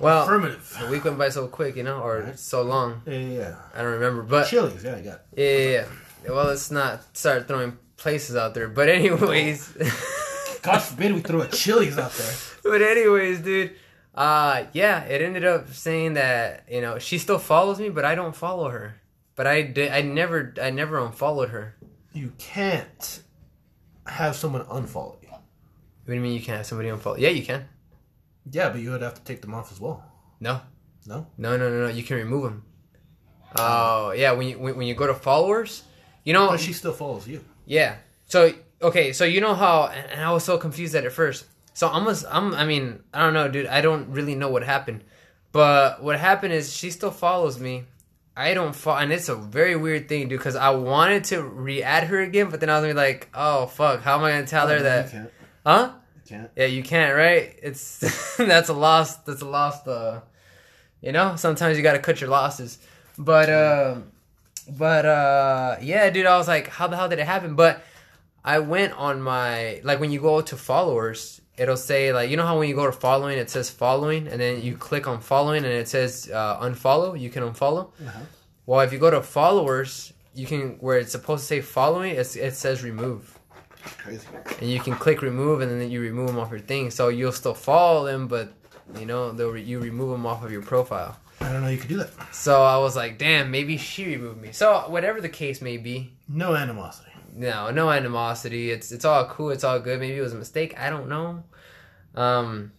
Speaker 2: Well,
Speaker 1: Affirmative.
Speaker 2: the week went by so quick, you know, or
Speaker 1: Right.
Speaker 2: so long.
Speaker 1: Yeah, yeah, yeah.
Speaker 2: I don't remember, but yeah,
Speaker 1: Chili's, yeah, I got it.
Speaker 2: yeah, yeah. Well, let's not start throwing places out there. But anyways,
Speaker 1: God forbid we throw a Chili's out there.
Speaker 2: but anyways, dude. Uh, yeah, it ended up saying that you know she still follows me, but I don't follow her. But I did. I never. I never unfollowed her.
Speaker 1: you can't have someone unfollow you.
Speaker 2: What do you mean you can't have somebody unfollow? Yeah, you can.
Speaker 1: Yeah, but you would have to take them off as well.
Speaker 2: No,
Speaker 1: No?
Speaker 2: no, no, no, no. You can remove them. Oh yeah, when you when, when you go to followers, you know
Speaker 1: But she still follows you.
Speaker 2: Yeah. So okay, so you know how, and and I was so confused at it first. So I'm, a, I'm, I mean, I don't know, dude. I don't really know what happened, but what happened is she still follows me. I don't follow, and it's a very weird thing, dude. Because I wanted to re-add her again, but then I was gonna be like, oh fuck, how am I gonna tell her that?
Speaker 1: You can't.
Speaker 2: Huh?
Speaker 1: You can't.
Speaker 2: Yeah, you can't, right? It's that's a loss. That's a loss. Uh, you know, sometimes you gotta cut your losses. But um, but uh, yeah, dude, I was like, how the hell did it happen? But I went on my like when you go to followers, it'll say like you know how when you go to following, it says following, and then you click on following, and it says uh, unfollow. You can unfollow. Well, if you go to followers, you can where it's supposed to say following, it's, it says remove
Speaker 1: Crazy.
Speaker 2: and you can click remove and then you remove them off your thing so you'll still follow them but you know they'll re- you remove them off of your profile
Speaker 1: I don't know you could do that.
Speaker 2: so i was like damn maybe she removed me so whatever the case may be
Speaker 1: No animosity.
Speaker 2: no no animosity it's it's all cool it's all good maybe it was a mistake i don't know um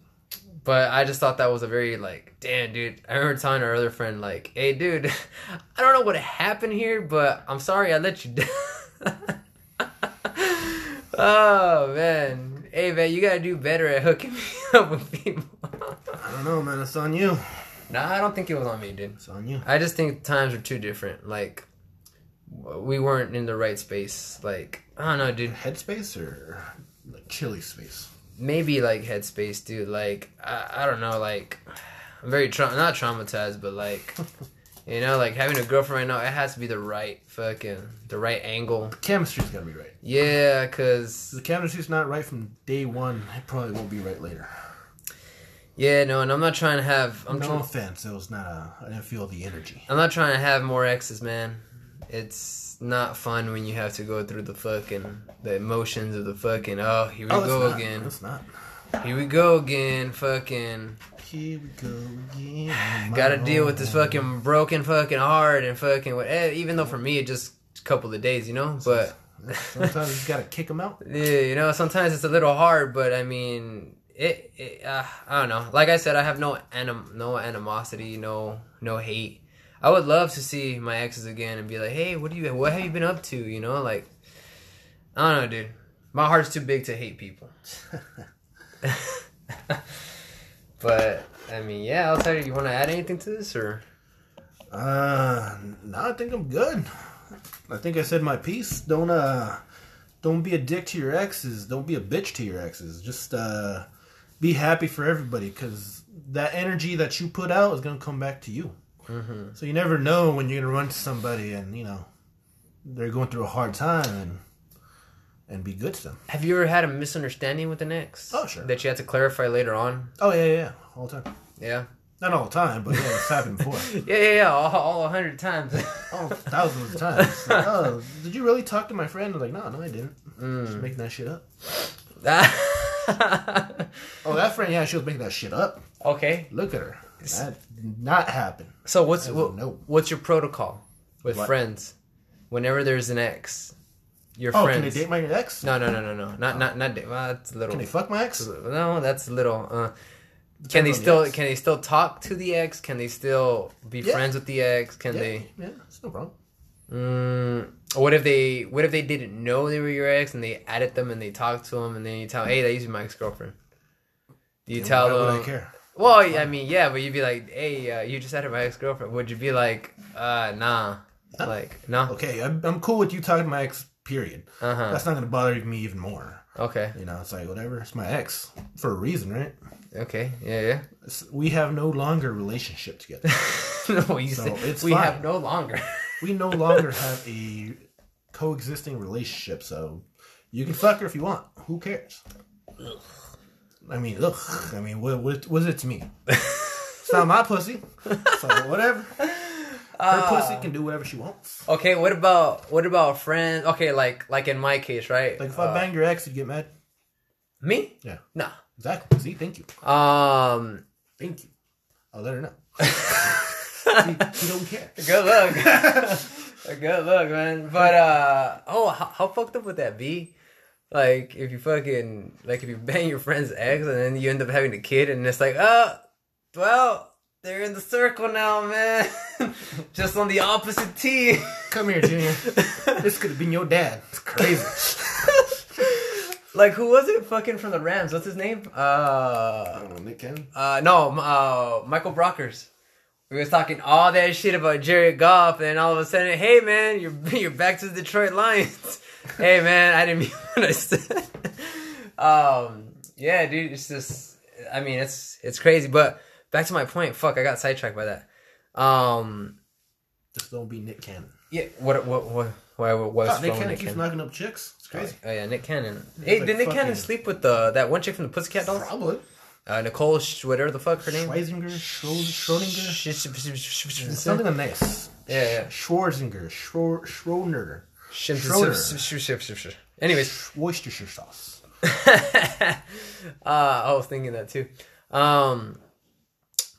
Speaker 2: But I just thought that was a very like, damn, dude. I remember telling our other friend like, hey, dude, I don't know what happened here, but I'm sorry I let you down. oh man, hey man, you gotta do better at hooking me up with people.
Speaker 1: I don't know, man. It's on you.
Speaker 2: nah, I don't think it was on me, dude.
Speaker 1: It's on you.
Speaker 2: I just think times are too different. Like, we weren't in the right space. Like, I don't know, dude.
Speaker 1: Headspace or like chili space?
Speaker 2: maybe like headspace, dude. Like I, I don't know, like I'm very tra- not traumatized, but like you know, like having a girlfriend right now, it has to be the right fucking the right angle.
Speaker 1: Chemistry's gotta be right.
Speaker 2: Yeah,
Speaker 1: If
Speaker 2: cause
Speaker 1: the chemistry's not right from day one, it probably won't be right later.
Speaker 2: yeah, no, and I'm not trying to have I'm
Speaker 1: no
Speaker 2: trying
Speaker 1: offense, it was not a. I didn't feel the energy.
Speaker 2: I'm not trying to have more exes, man. It's not fun when you have to go through the fucking the emotions of the fucking oh here we
Speaker 1: Oh, it's
Speaker 2: go
Speaker 1: not.
Speaker 2: again
Speaker 1: It's not.
Speaker 2: here we go again fucking
Speaker 1: Here we go again.
Speaker 2: Got to deal with this fucking broken fucking heart and fucking what. eh, Even though for me it just a couple of days, you know. But
Speaker 1: Sometimes you just gotta kick them out.
Speaker 2: yeah, you know, sometimes it's a little hard. But I mean, it. it uh, I don't know. Like I said, I have no anim, no animosity, no no hate. I would love to see my exes again and be like, hey, what do you, what have you been up to? You know, like, I don't know, dude. My heart's too big to hate people. but I mean, yeah. Outside, you want to add anything to this or?
Speaker 1: Uh, no, I think I'm good. I think I said my piece. Don't uh, don't be a dick to your exes. Don't be a bitch to your exes. Just uh, be happy for everybody because that energy that you put out is gonna come back to you. So you never know when you're gonna run to somebody and you know they're going through a hard time and and be good to them.
Speaker 2: Have you ever had a misunderstanding with an ex?
Speaker 1: Oh, sure.
Speaker 2: That you had to clarify later on?
Speaker 1: Oh yeah, yeah, yeah. all the time.
Speaker 2: Yeah.
Speaker 1: Not all the time, but yeah, it's happened before.
Speaker 2: Yeah, yeah, yeah. All, all 100 times.
Speaker 1: Oh, thousands of times. Like, oh, did you really talk to my friend? I'm like, no, no, I didn't.
Speaker 2: Mm.
Speaker 1: Just making that shit up. Oh, that friend, yeah, she was making that shit up.
Speaker 2: okay.
Speaker 1: Look at her. That did not happen.
Speaker 2: So, what's
Speaker 1: don't
Speaker 2: wh-
Speaker 1: know.
Speaker 2: what's your protocol with
Speaker 1: What?
Speaker 2: friends whenever there's an ex? Your
Speaker 1: Oh,
Speaker 2: friends.
Speaker 1: can they date my ex?
Speaker 2: no, no, no, no, no. Not, not, not. da- Well, that's a little.
Speaker 1: Can they fuck my ex?
Speaker 2: no, that's a little. Uh,
Speaker 1: Depends on
Speaker 2: can they
Speaker 1: the
Speaker 2: still?
Speaker 1: ex.
Speaker 2: can they still talk to the ex? Can they still be
Speaker 1: Yeah.
Speaker 2: friends with the ex? Can
Speaker 1: Yeah,
Speaker 2: they?
Speaker 1: yeah, it's no problem.
Speaker 2: Mm, what if they what if they didn't know they were your ex and they added them and they talked to them and then you tell hey that used to be my ex girlfriend? Do you tell
Speaker 1: Why would I
Speaker 2: them?
Speaker 1: care?
Speaker 2: Well, I mean, yeah, but you'd be like, hey, uh, you just added my ex girlfriend. Would you be like, uh, nah,
Speaker 1: Huh?
Speaker 2: like no,
Speaker 1: Okay, I'm, I'm cool with you talking to my ex, period.
Speaker 2: uh huh,
Speaker 1: That's not going to bother me even more.
Speaker 2: okay,
Speaker 1: You know, it's like, whatever. It's my ex. For a reason, right?
Speaker 2: okay, yeah, yeah.
Speaker 1: It's, we have no longer relationship together.
Speaker 2: no, you said,
Speaker 1: it's
Speaker 2: we
Speaker 1: fine.
Speaker 2: have no longer.
Speaker 1: we no longer have a coexisting relationship, so you can fuck her if you want. Who cares? I mean, ugh. I mean, what, what, what is it to me? it's not my pussy. So whatever. Her pussy can do whatever she wants.
Speaker 2: okay, what about what about friends? Okay, like like in my case, right?
Speaker 1: Like if
Speaker 2: Uh,
Speaker 1: I banged your ex, you'd get mad.
Speaker 2: me,
Speaker 1: Yeah,
Speaker 2: no.
Speaker 1: exactly. See, thank you,
Speaker 2: Um,
Speaker 1: thank you. I'll let her know. she, she don't care.
Speaker 2: Good luck. Good luck, man. But uh oh, how, how fucked up would that be? Like if you fucking like if you bang your friend's ex and then you end up having a kid and it's like, oh, well, they're in the circle now, man. Just on the opposite tee.
Speaker 1: Come here, Junior. this could have been your dad. It's crazy.
Speaker 2: like who was it? Fucking from the Rams. What's his name? Uh,
Speaker 1: Oh, Nick Cannon.
Speaker 2: uh no, m- uh, Michael Brockers. We was talking all that shit about Jared Goff, and then all of a sudden, hey man, you're you're back to the Detroit Lions. hey man, I didn't mean what I said. um, yeah, dude, it's just, I mean, it's it's crazy. But back to my point, fuck, I got sidetracked by that. Um,
Speaker 1: Just don't be Nick Cannon.
Speaker 2: yeah, what what what why what was
Speaker 1: Oh, Nick
Speaker 2: wrong with
Speaker 1: Cannon
Speaker 2: Nick
Speaker 1: keeps
Speaker 2: Cannon?
Speaker 1: knocking up chicks. It's crazy.
Speaker 2: Oh yeah, Nick Cannon. Hey,
Speaker 1: like
Speaker 2: did Nick Cannon
Speaker 1: fucking-
Speaker 2: sleep with the that one chick from the Pussycat Dolls?
Speaker 1: Probably.
Speaker 2: Uh, Nicole, Sch- whatever the fuck her name.
Speaker 1: Schweisinger, Schrodinger,
Speaker 2: Sch- sch- sch- sch- sch- sch-
Speaker 1: something on this.
Speaker 2: Yeah, yeah.
Speaker 1: Schwarzinger, Schro- Schroeder,
Speaker 2: Shim-
Speaker 1: Schroeder.
Speaker 2: shim- shim- shim- shim- shim- shim. Anyways,
Speaker 1: Worcestershire sauce.
Speaker 2: uh, I was thinking that too. Um,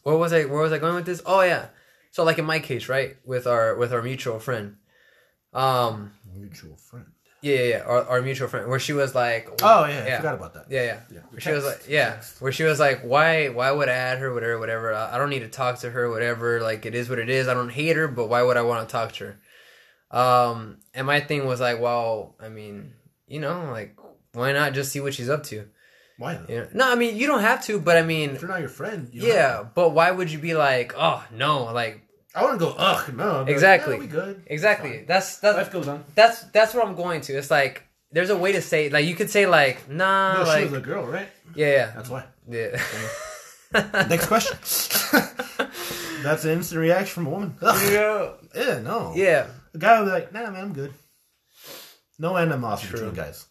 Speaker 2: where was I? Where was I going with this? Oh yeah. So like in my case, right, with our with our mutual friend, um,
Speaker 1: Mutual friend.
Speaker 2: Yeah, yeah, yeah. Our, our mutual friend, where she was like,
Speaker 1: Oh yeah, I
Speaker 2: yeah.
Speaker 1: forgot about that.
Speaker 2: Yeah, yeah.
Speaker 1: Yeah.
Speaker 2: Where she was like,
Speaker 1: Text,
Speaker 2: yeah,
Speaker 1: text.
Speaker 2: where she was like, why, why would I add her, whatever, whatever. I, I don't need to talk to her, whatever. Like it is what it is. I don't hate her, but why would I want to talk to her? Um, and my thing was like, well, I mean, you know, like why not just see what she's up to?
Speaker 1: Why not?
Speaker 2: You know? No, I mean, you don't have to, but I mean,
Speaker 1: If you're not your friend, you don't have
Speaker 2: yeah, but why would you be like, oh no, like
Speaker 1: to- I wouldn't go. Ugh, no. I'd be like,
Speaker 2: Exactly.
Speaker 1: "Yeah, we good.
Speaker 2: exactly?
Speaker 1: Fine.
Speaker 2: That's that's
Speaker 1: Life goes on.
Speaker 2: that's that's what I'm going to. It's like there's a way to say like you could say like nah,
Speaker 1: No, she
Speaker 2: like
Speaker 1: was a girl, right?
Speaker 2: yeah,
Speaker 1: That's why.
Speaker 2: yeah, yeah.
Speaker 1: Next question. That's an instant reaction from a woman. Ugh.
Speaker 2: yeah,
Speaker 1: Yeah, no.
Speaker 2: yeah.
Speaker 1: A guy would be like, nah, man, I'm good. No animosity
Speaker 2: True.
Speaker 1: between guys.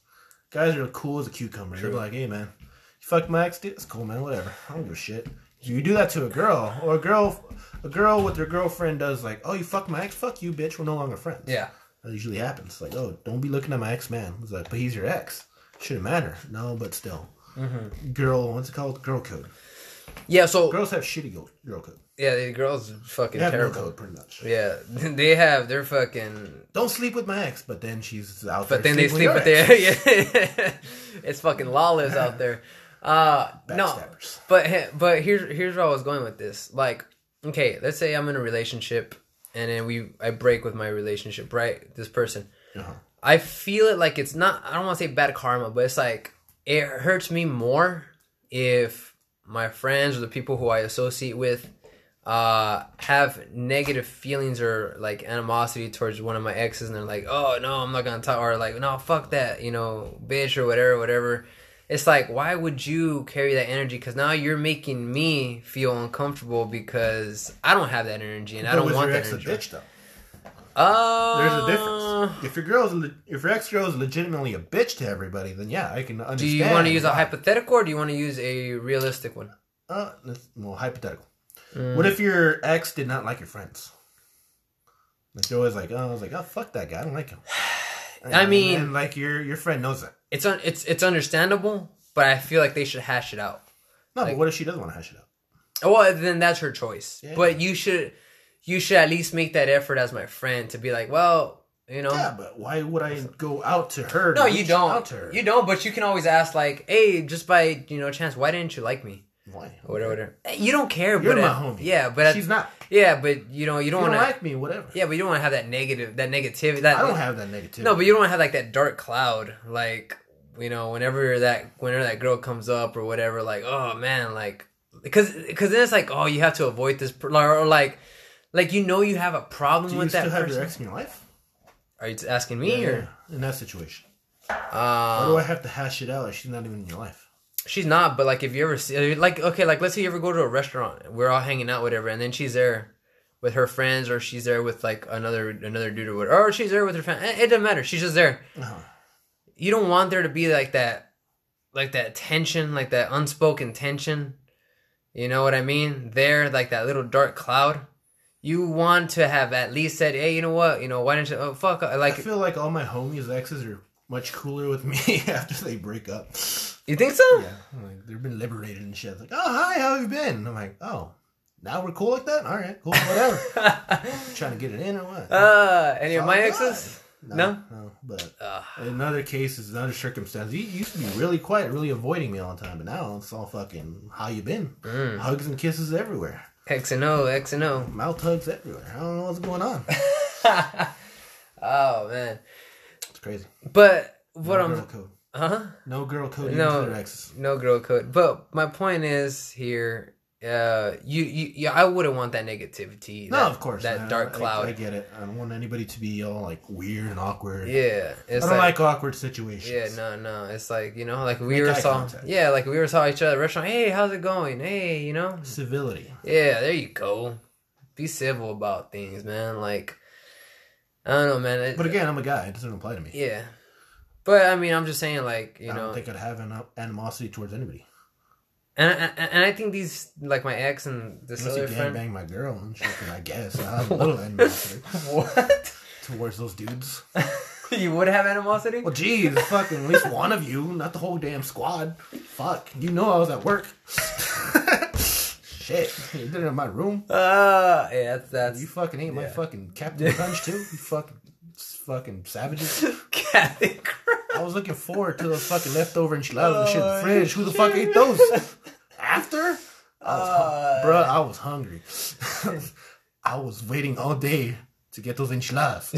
Speaker 1: Guys are cool as a cucumber. They're
Speaker 2: True.
Speaker 1: like, hey, man, you fucked my ex, dude. It's cool, man. Whatever. I don't give a shit. You do that to a girl, or a girl, a girl with their girlfriend does like, oh, you fucked my ex. Fuck you, bitch. We're no longer friends.
Speaker 2: yeah.
Speaker 1: That usually happens. Like, oh, don't be looking at my ex man. It's like, but he's your ex. Shouldn't matter. No, but still.
Speaker 2: Mm-hmm.
Speaker 1: Girl, what's it called? Girl code.
Speaker 2: Yeah, so
Speaker 1: Girls have shitty girl, girl code.
Speaker 2: yeah, the girls are fucking
Speaker 1: They have no
Speaker 2: terrible.
Speaker 1: code, pretty much.
Speaker 2: yeah, they have they're fucking.
Speaker 1: Don't sleep with my ex, but then she's out
Speaker 2: But
Speaker 1: there.
Speaker 2: then they sleep with
Speaker 1: your
Speaker 2: their.
Speaker 1: ex.
Speaker 2: Yeah, it's fucking lawless out there. Uh, no,
Speaker 1: Backstabbers.
Speaker 2: but he- but here's here's where I was going with this. Like, okay, let's say I'm in a relationship, and then we I break with my relationship, right? This person.
Speaker 1: Uh-huh.
Speaker 2: I feel it like it's not. I don't want to say bad karma, but it's like it hurts me more if my friends or the people who I associate with uh, have negative feelings or like animosity towards one of my exes, and they're like, "Oh no, I'm not gonna talk," or like, "No, fuck that," you know, bitch or whatever, whatever. It's like, why would you carry that energy? Because now you're making me feel uncomfortable because I don't have that energy and I
Speaker 1: But
Speaker 2: don't
Speaker 1: was
Speaker 2: want
Speaker 1: your
Speaker 2: that
Speaker 1: ex a
Speaker 2: energy.
Speaker 1: bitch though?
Speaker 2: Uh,
Speaker 1: There's a difference. If your girl's le- if your ex girl is legitimately a bitch to everybody, then yeah, I can
Speaker 2: Do
Speaker 1: understand.
Speaker 2: you want to use a
Speaker 1: why.
Speaker 2: hypothetical or do you want to use a realistic one?
Speaker 1: Uh, that's- well, hypothetical. What if your ex did not like your friends? Like you're always like, oh, I was like, oh, fuck that guy, I don't like him.
Speaker 2: I mean-
Speaker 1: and like your your friend knows that.
Speaker 2: It's un- it's it's understandable, but I feel like they should hash it out.
Speaker 1: No,
Speaker 2: Like-
Speaker 1: but what if she doesn't want to hash it out?
Speaker 2: Well, then that's her choice.
Speaker 1: Yeah.
Speaker 2: But you should you should at least make that effort as my friend to be like, well, you know,
Speaker 1: Yeah, but why would I go out to her? to
Speaker 2: um, no, you
Speaker 1: reach Out
Speaker 2: don't,
Speaker 1: to her?
Speaker 2: you don't. But you can always ask like, hey, just by you know chance, why didn't you like me?
Speaker 1: why?
Speaker 2: Or whatever, whatever. Eh, You don't care,
Speaker 1: You're
Speaker 2: but
Speaker 1: my
Speaker 2: at-
Speaker 1: homie.
Speaker 2: Yeah, but at-
Speaker 1: she's not.
Speaker 2: yeah, but you know you
Speaker 1: You
Speaker 2: don't
Speaker 1: don't
Speaker 2: want to.
Speaker 1: like me, whatever.
Speaker 2: yeah, but you don't want to have that negative, that negativity. That
Speaker 1: I don't have that negativity.
Speaker 2: No, but you don't have like that dark cloud, like you know, whenever that whenever that girl comes up or whatever, like oh man, like because because then it's like oh you have to avoid this per- or or, like like you know you have a problem
Speaker 1: do you
Speaker 2: with
Speaker 1: still
Speaker 2: that
Speaker 1: have
Speaker 2: person.
Speaker 1: your ex in your life?
Speaker 2: Are you t- asking me or
Speaker 1: in that situation, why do
Speaker 2: uh,
Speaker 1: I have to hash it out? if She's not even in your life.
Speaker 2: she's not? But like if you ever see uh, like okay, like let's say you ever go to a restaurant, we're all hanging out whatever, and then she's there. With her friends, or she's there with like another another dude, or whatever, or she's there with her friend. It it doesn't matter. She's just there.
Speaker 1: Uh-huh.
Speaker 2: you don't want there to be like that like that tension like that unspoken tension you know what i mean there like that little dark cloud you want to have at least said hey you know what you know why didn't you oh fuck I
Speaker 1: I
Speaker 2: like
Speaker 1: feel like all my homies' exes are much cooler with me after they break up.
Speaker 2: you think so
Speaker 1: Yeah, I'm like they've been liberated and shit. Like, oh hi, how have you been? I'm like, oh, now we're cool like that. All right, cool, whatever. Trying to get it in or what?
Speaker 2: uh any
Speaker 1: It's
Speaker 2: of
Speaker 1: all
Speaker 2: my
Speaker 1: good.
Speaker 2: exes
Speaker 1: no,
Speaker 2: no?
Speaker 1: But
Speaker 2: Ugh.
Speaker 1: in other cases, in other circumstances, you you used to be really quiet, really avoiding me all the time, but now it's all fucking how you been?
Speaker 2: Mm.
Speaker 1: Hugs and kisses everywhere,
Speaker 2: x and o x and o
Speaker 1: mouth hugs everywhere. I don't know what's going on.
Speaker 2: oh man
Speaker 1: It's crazy.
Speaker 2: but what
Speaker 1: no
Speaker 2: i'm
Speaker 1: girl code.
Speaker 2: huh
Speaker 1: No girl code.
Speaker 2: No.
Speaker 1: No their exes.
Speaker 2: no girl code. But my point is here, uh, you, you, yeah, I wouldn't want that negativity.
Speaker 1: No,
Speaker 2: that-
Speaker 1: of course.
Speaker 2: that
Speaker 1: man.
Speaker 2: dark
Speaker 1: I-
Speaker 2: cloud.
Speaker 1: I, get it. I don't want anybody to be all like weird and awkward.
Speaker 2: yeah,
Speaker 1: I
Speaker 2: it's
Speaker 1: don't
Speaker 2: like,
Speaker 1: like, awkward situations.
Speaker 2: yeah, no, no, it's like you know, like we
Speaker 1: Make
Speaker 2: were
Speaker 1: eye
Speaker 2: saw,
Speaker 1: contact.
Speaker 2: yeah, like we were saw each other at a restaurant. Hey, how's it going? Hey, you know,
Speaker 1: Civility.
Speaker 2: yeah, there you go. Be civil about things, man. Like, I don't know, man. It,
Speaker 1: But again, I'm a guy. It doesn't apply to me.
Speaker 2: yeah. But I mean, I'm just saying, like you
Speaker 1: I
Speaker 2: know,
Speaker 1: don't think I'd have an uh, animosity towards anybody.
Speaker 2: and, and and I think these like my ex and this
Speaker 1: Unless you
Speaker 2: other
Speaker 1: gang
Speaker 2: friend.
Speaker 1: bang my girl and shit, then I guess I have a little animosity
Speaker 2: What?
Speaker 1: towards those dudes.
Speaker 2: you would have animosity?
Speaker 1: Well, geez, fucking at least one of you, not the whole damn squad. Fuck, you know I was at work. shit, you did it in my room.
Speaker 2: Uh, yeah, that's
Speaker 1: You
Speaker 2: that's
Speaker 1: fucking ate my fucking Captain Crunch too. You fucking s- fucking savages.
Speaker 2: Kathy Grimes.
Speaker 1: I was looking forward to the fucking leftover enchiladas and shit in
Speaker 2: Oh,
Speaker 1: the fridge. Who the fuck ate those? After? I was,
Speaker 2: Uh.
Speaker 1: hung- bruh, I was hungry. I was waiting all day to get those enchiladas,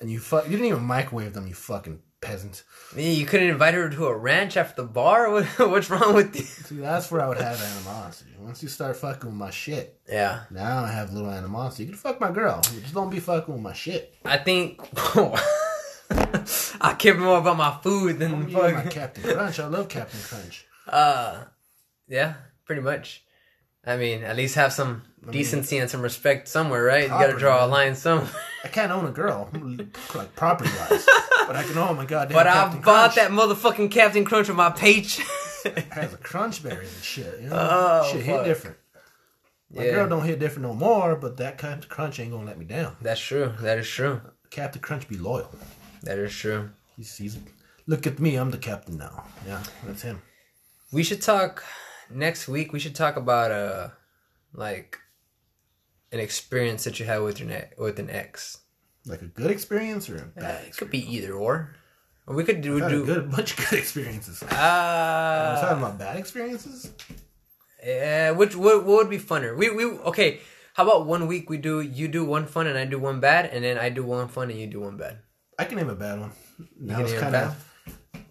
Speaker 1: and you fuck, you didn't even microwave them, you fucking peasant.
Speaker 2: Man, you couldn't invite her to a ranch after the bar? What, what's wrong with you?
Speaker 1: See, that's where I would have animosity. Once you start fucking with my shit,
Speaker 2: Yeah.
Speaker 1: now I have little animosity. You can fuck my girl, but just don't be fucking with my shit.
Speaker 2: I think. I care more about my food than
Speaker 1: I'm eating my
Speaker 2: fucking-
Speaker 1: Captain Crunch. I love Captain Crunch.
Speaker 2: Uh, yeah, pretty much. I mean, at least have some decency and some respect somewhere, right? You gotta
Speaker 1: Proper,
Speaker 2: draw a
Speaker 1: man.
Speaker 2: line somewhere.
Speaker 1: I can't own a girl, like property wise, but I can own my goddamn.
Speaker 2: But I
Speaker 1: Captain
Speaker 2: bought
Speaker 1: Crunch.
Speaker 2: that motherfucking Captain Crunch with my paycheck.
Speaker 1: It has a crunch berries and shit. You know,
Speaker 2: Oh,
Speaker 1: shit
Speaker 2: fuck.
Speaker 1: hit different. My
Speaker 2: Yeah.
Speaker 1: girl don't hit different no more, but that Captain Crunch ain't gonna let me down.
Speaker 2: That's true. That is true.
Speaker 1: Captain Crunch be loyal.
Speaker 2: That is true.
Speaker 1: He sees it. Look at me, I'm the captain now. Yeah, that's him.
Speaker 2: We should talk next week. We should talk about uh, like an experience that you had with your ne- with an ex.
Speaker 1: Like a good experience or a bad
Speaker 2: It
Speaker 1: experience?
Speaker 2: could be either or. Or we could do
Speaker 1: I had a
Speaker 2: do.
Speaker 1: good, bunch of good experiences. I'm
Speaker 2: Uh,
Speaker 1: talking about bad experiences?
Speaker 2: Yeah, which what, what would be funner? We we okay. How about one week we do you do one fun and I do one bad, and then I do one fun and you do one bad.
Speaker 1: I can name a bad one. That
Speaker 2: can
Speaker 1: was
Speaker 2: name a
Speaker 1: kind
Speaker 2: bad
Speaker 1: of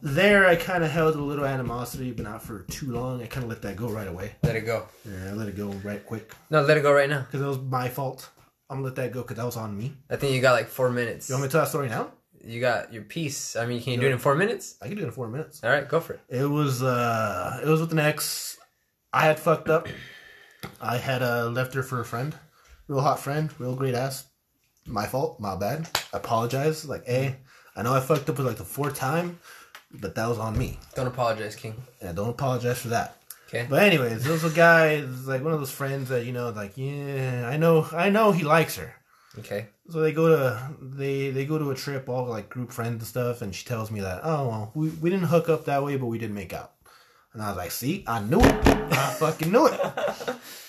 Speaker 1: there. I kind of held a little animosity, but not for too long. I kind of let that go right away.
Speaker 2: Let it go.
Speaker 1: Yeah, I let it go right quick
Speaker 2: No, let it go right now.
Speaker 1: because that was my fault. I'm gonna let that go because that was on me.
Speaker 2: I think you got like four minutes.
Speaker 1: You want me to tell that story now?
Speaker 2: You got your piece. I mean, can you do it in four minutes?
Speaker 1: I can do it in four minutes.
Speaker 2: All right, go for it.
Speaker 1: It was uh, it was with an ex. I had fucked up. I had uh, left her for a friend, real hot friend, real great ass. My fault, my bad. I apologize. Like, hey, I know I fucked up with like the fourth time, but that was on me.
Speaker 2: Don't apologize, King.
Speaker 1: And I don't apologize for that.
Speaker 2: Okay.
Speaker 1: But anyways, there was a guy, it was like one of those friends that you know, like yeah, I know, I know he likes her.
Speaker 2: Okay.
Speaker 1: So they go to they they go to a trip, all like group friends and stuff, and she tells me that oh well, we we didn't hook up that way, but we did make out. And I was like, see, I knew it, I fucking knew it.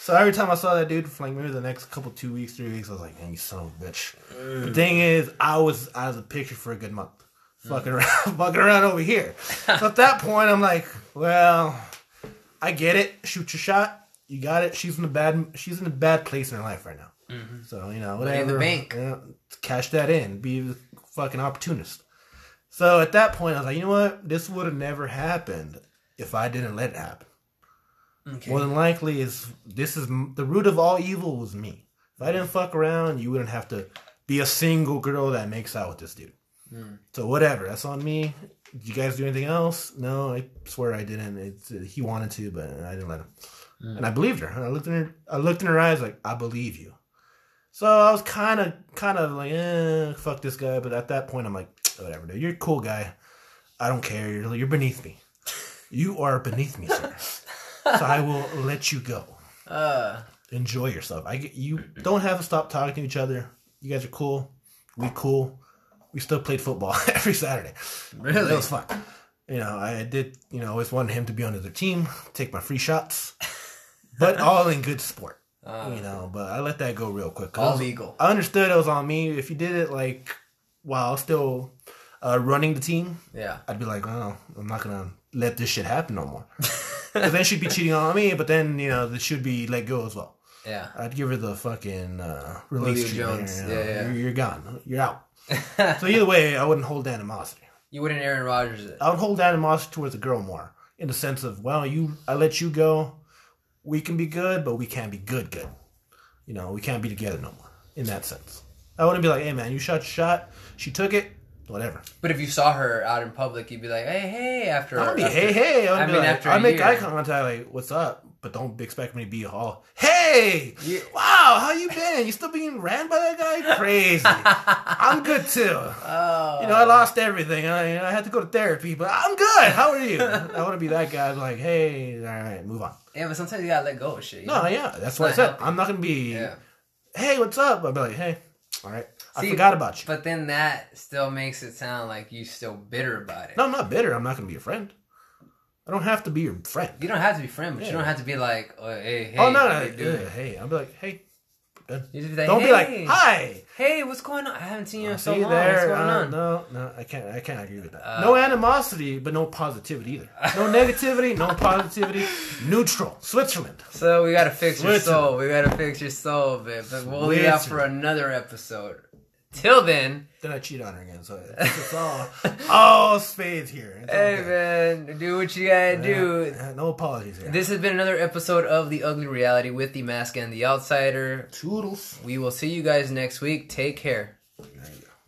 Speaker 1: So every time I saw that dude for like maybe the next couple two weeks, three weeks, I was like, man, you son of a bitch. The
Speaker 2: Mm.
Speaker 1: thing is, I was out of the picture for a good month, fucking around, fucking around over here. so at that point, I'm like, well, I get it. Shoot your shot. You got it. She's in a bad. She's in a bad place in her life right now. So you know, whatever.
Speaker 2: Mm-hmm. in the bank.
Speaker 1: Yeah, cash that in. Be the fucking opportunist. So at that point, I was like, you know what? This would have never happened if I didn't let it happen.
Speaker 2: Okay.
Speaker 1: More than likely, is this is m- the root of all evil was me. If I didn't fuck around, you wouldn't have to be a single girl that makes out with this dude. So whatever, that's on me. Did you guys do anything else? No, I swear I didn't. It's, uh, he wanted to, but I didn't let him. And I believed her. And I looked in her. I looked in her eyes like I believe you. So I was kind of, kind of like, eh, fuck this guy. But at that point, I'm like, whatever, dude. You're a cool guy. I don't care. You're, you're beneath me. You are beneath me, sir. so I will let you go.
Speaker 2: Uh,
Speaker 1: Enjoy yourself. I get, you
Speaker 2: Mm-hmm.
Speaker 1: don't have to stop talking to each other. You guys are cool. We cool. We still played football every Saturday.
Speaker 2: Really?
Speaker 1: It was fun. You know, I did. You know, always wanted him to be on the team, take my free shots, but all in good sport. you know, but I let that go real quick. 'cause
Speaker 2: Ah, All
Speaker 1: I was-
Speaker 2: legal.
Speaker 1: I understood it was on me. If you did it like while still uh, running the team,
Speaker 2: yeah.
Speaker 1: I'd be like, oh, I'm not gonna let this shit happen no more. 'Cause then she'd be cheating on me, but then you know, she'd be let go as well.
Speaker 2: Yeah.
Speaker 1: I'd give her the fucking uh,
Speaker 2: Julio
Speaker 1: release treatment.
Speaker 2: Jones.
Speaker 1: you know,
Speaker 2: Yeah, yeah.
Speaker 1: You're, you're gone. You're out. so either way, I wouldn't hold animosity.
Speaker 2: You wouldn't Aaron Rodgers it.
Speaker 1: I would hold animosity towards the girl more in the sense of, well, you, I let you go. We can be good, but we can't be good, good. You know, we can't be together no more in that sense. I wouldn't be like, hey man, you shot your shot. She took it. Whatever.
Speaker 2: But if you saw her out in public, you'd be like, hey, hey, after.
Speaker 1: I'd be
Speaker 2: after-
Speaker 1: hey hey. I'd
Speaker 2: I
Speaker 1: be
Speaker 2: mean,
Speaker 1: like,
Speaker 2: after a
Speaker 1: I'd make
Speaker 2: year.
Speaker 1: eye contact like, what's up? But don't expect me to be all hey.
Speaker 2: Yeah.
Speaker 1: Wow, how you been? You still being ran by that guy? Crazy. I'm good too.
Speaker 2: Oh.
Speaker 1: You know, I lost everything. I, I had to go to therapy, but I'm good. How are you? I want to be that guy. I'm like, hey, all right, move on.
Speaker 2: Yeah, but sometimes you gotta let go of shit. you know?
Speaker 1: No, yeah, that's what I
Speaker 2: Not
Speaker 1: said.
Speaker 2: healthy.
Speaker 1: I'm not gonna be.
Speaker 2: Yeah.
Speaker 1: Hey, what's up? I'll be like, hey, all right. I
Speaker 2: See,
Speaker 1: forgot about you.
Speaker 2: But then that still makes it sound like you still bitter about it.
Speaker 1: No, I'm not bitter. I'm not gonna be your friend. I don't have to be your friend.
Speaker 2: You don't have to be friend, but you
Speaker 1: Yeah.
Speaker 2: don't have to be like, oh, hey, hey,
Speaker 1: oh no,
Speaker 2: how
Speaker 1: no,
Speaker 2: you doing?
Speaker 1: yeah, hey. I'll be like, hey, That-
Speaker 2: You just be like,
Speaker 1: Don't be
Speaker 2: "Hey."
Speaker 1: like, hi.
Speaker 2: Hey, what's going on? I haven't seen you in
Speaker 1: I'll
Speaker 2: so
Speaker 1: see you
Speaker 2: long.
Speaker 1: there.
Speaker 2: What's going
Speaker 1: Uh,
Speaker 2: on?
Speaker 1: No, no, I can't. I can't agree with that.
Speaker 2: Uh,
Speaker 1: no animosity, but no positivity either. No negativity, no positivity. Neutral. Switzerland.
Speaker 2: So we gotta fix your
Speaker 1: Switching.
Speaker 2: soul. We gotta fix your soul a bit, but we'll leave out for
Speaker 1: Switching.
Speaker 2: another episode. Till then,
Speaker 1: Then I cheat on her again. So it's, it's all, all spades here. It's all
Speaker 2: hey
Speaker 1: good.
Speaker 2: man, do what you gotta do.
Speaker 1: Yeah, no apologies here.
Speaker 2: This has been another episode of The Ugly Reality with the Mask and the Outsider.
Speaker 1: Toodles. Oh,
Speaker 2: We will see you guys next week. Take care.
Speaker 1: There you go.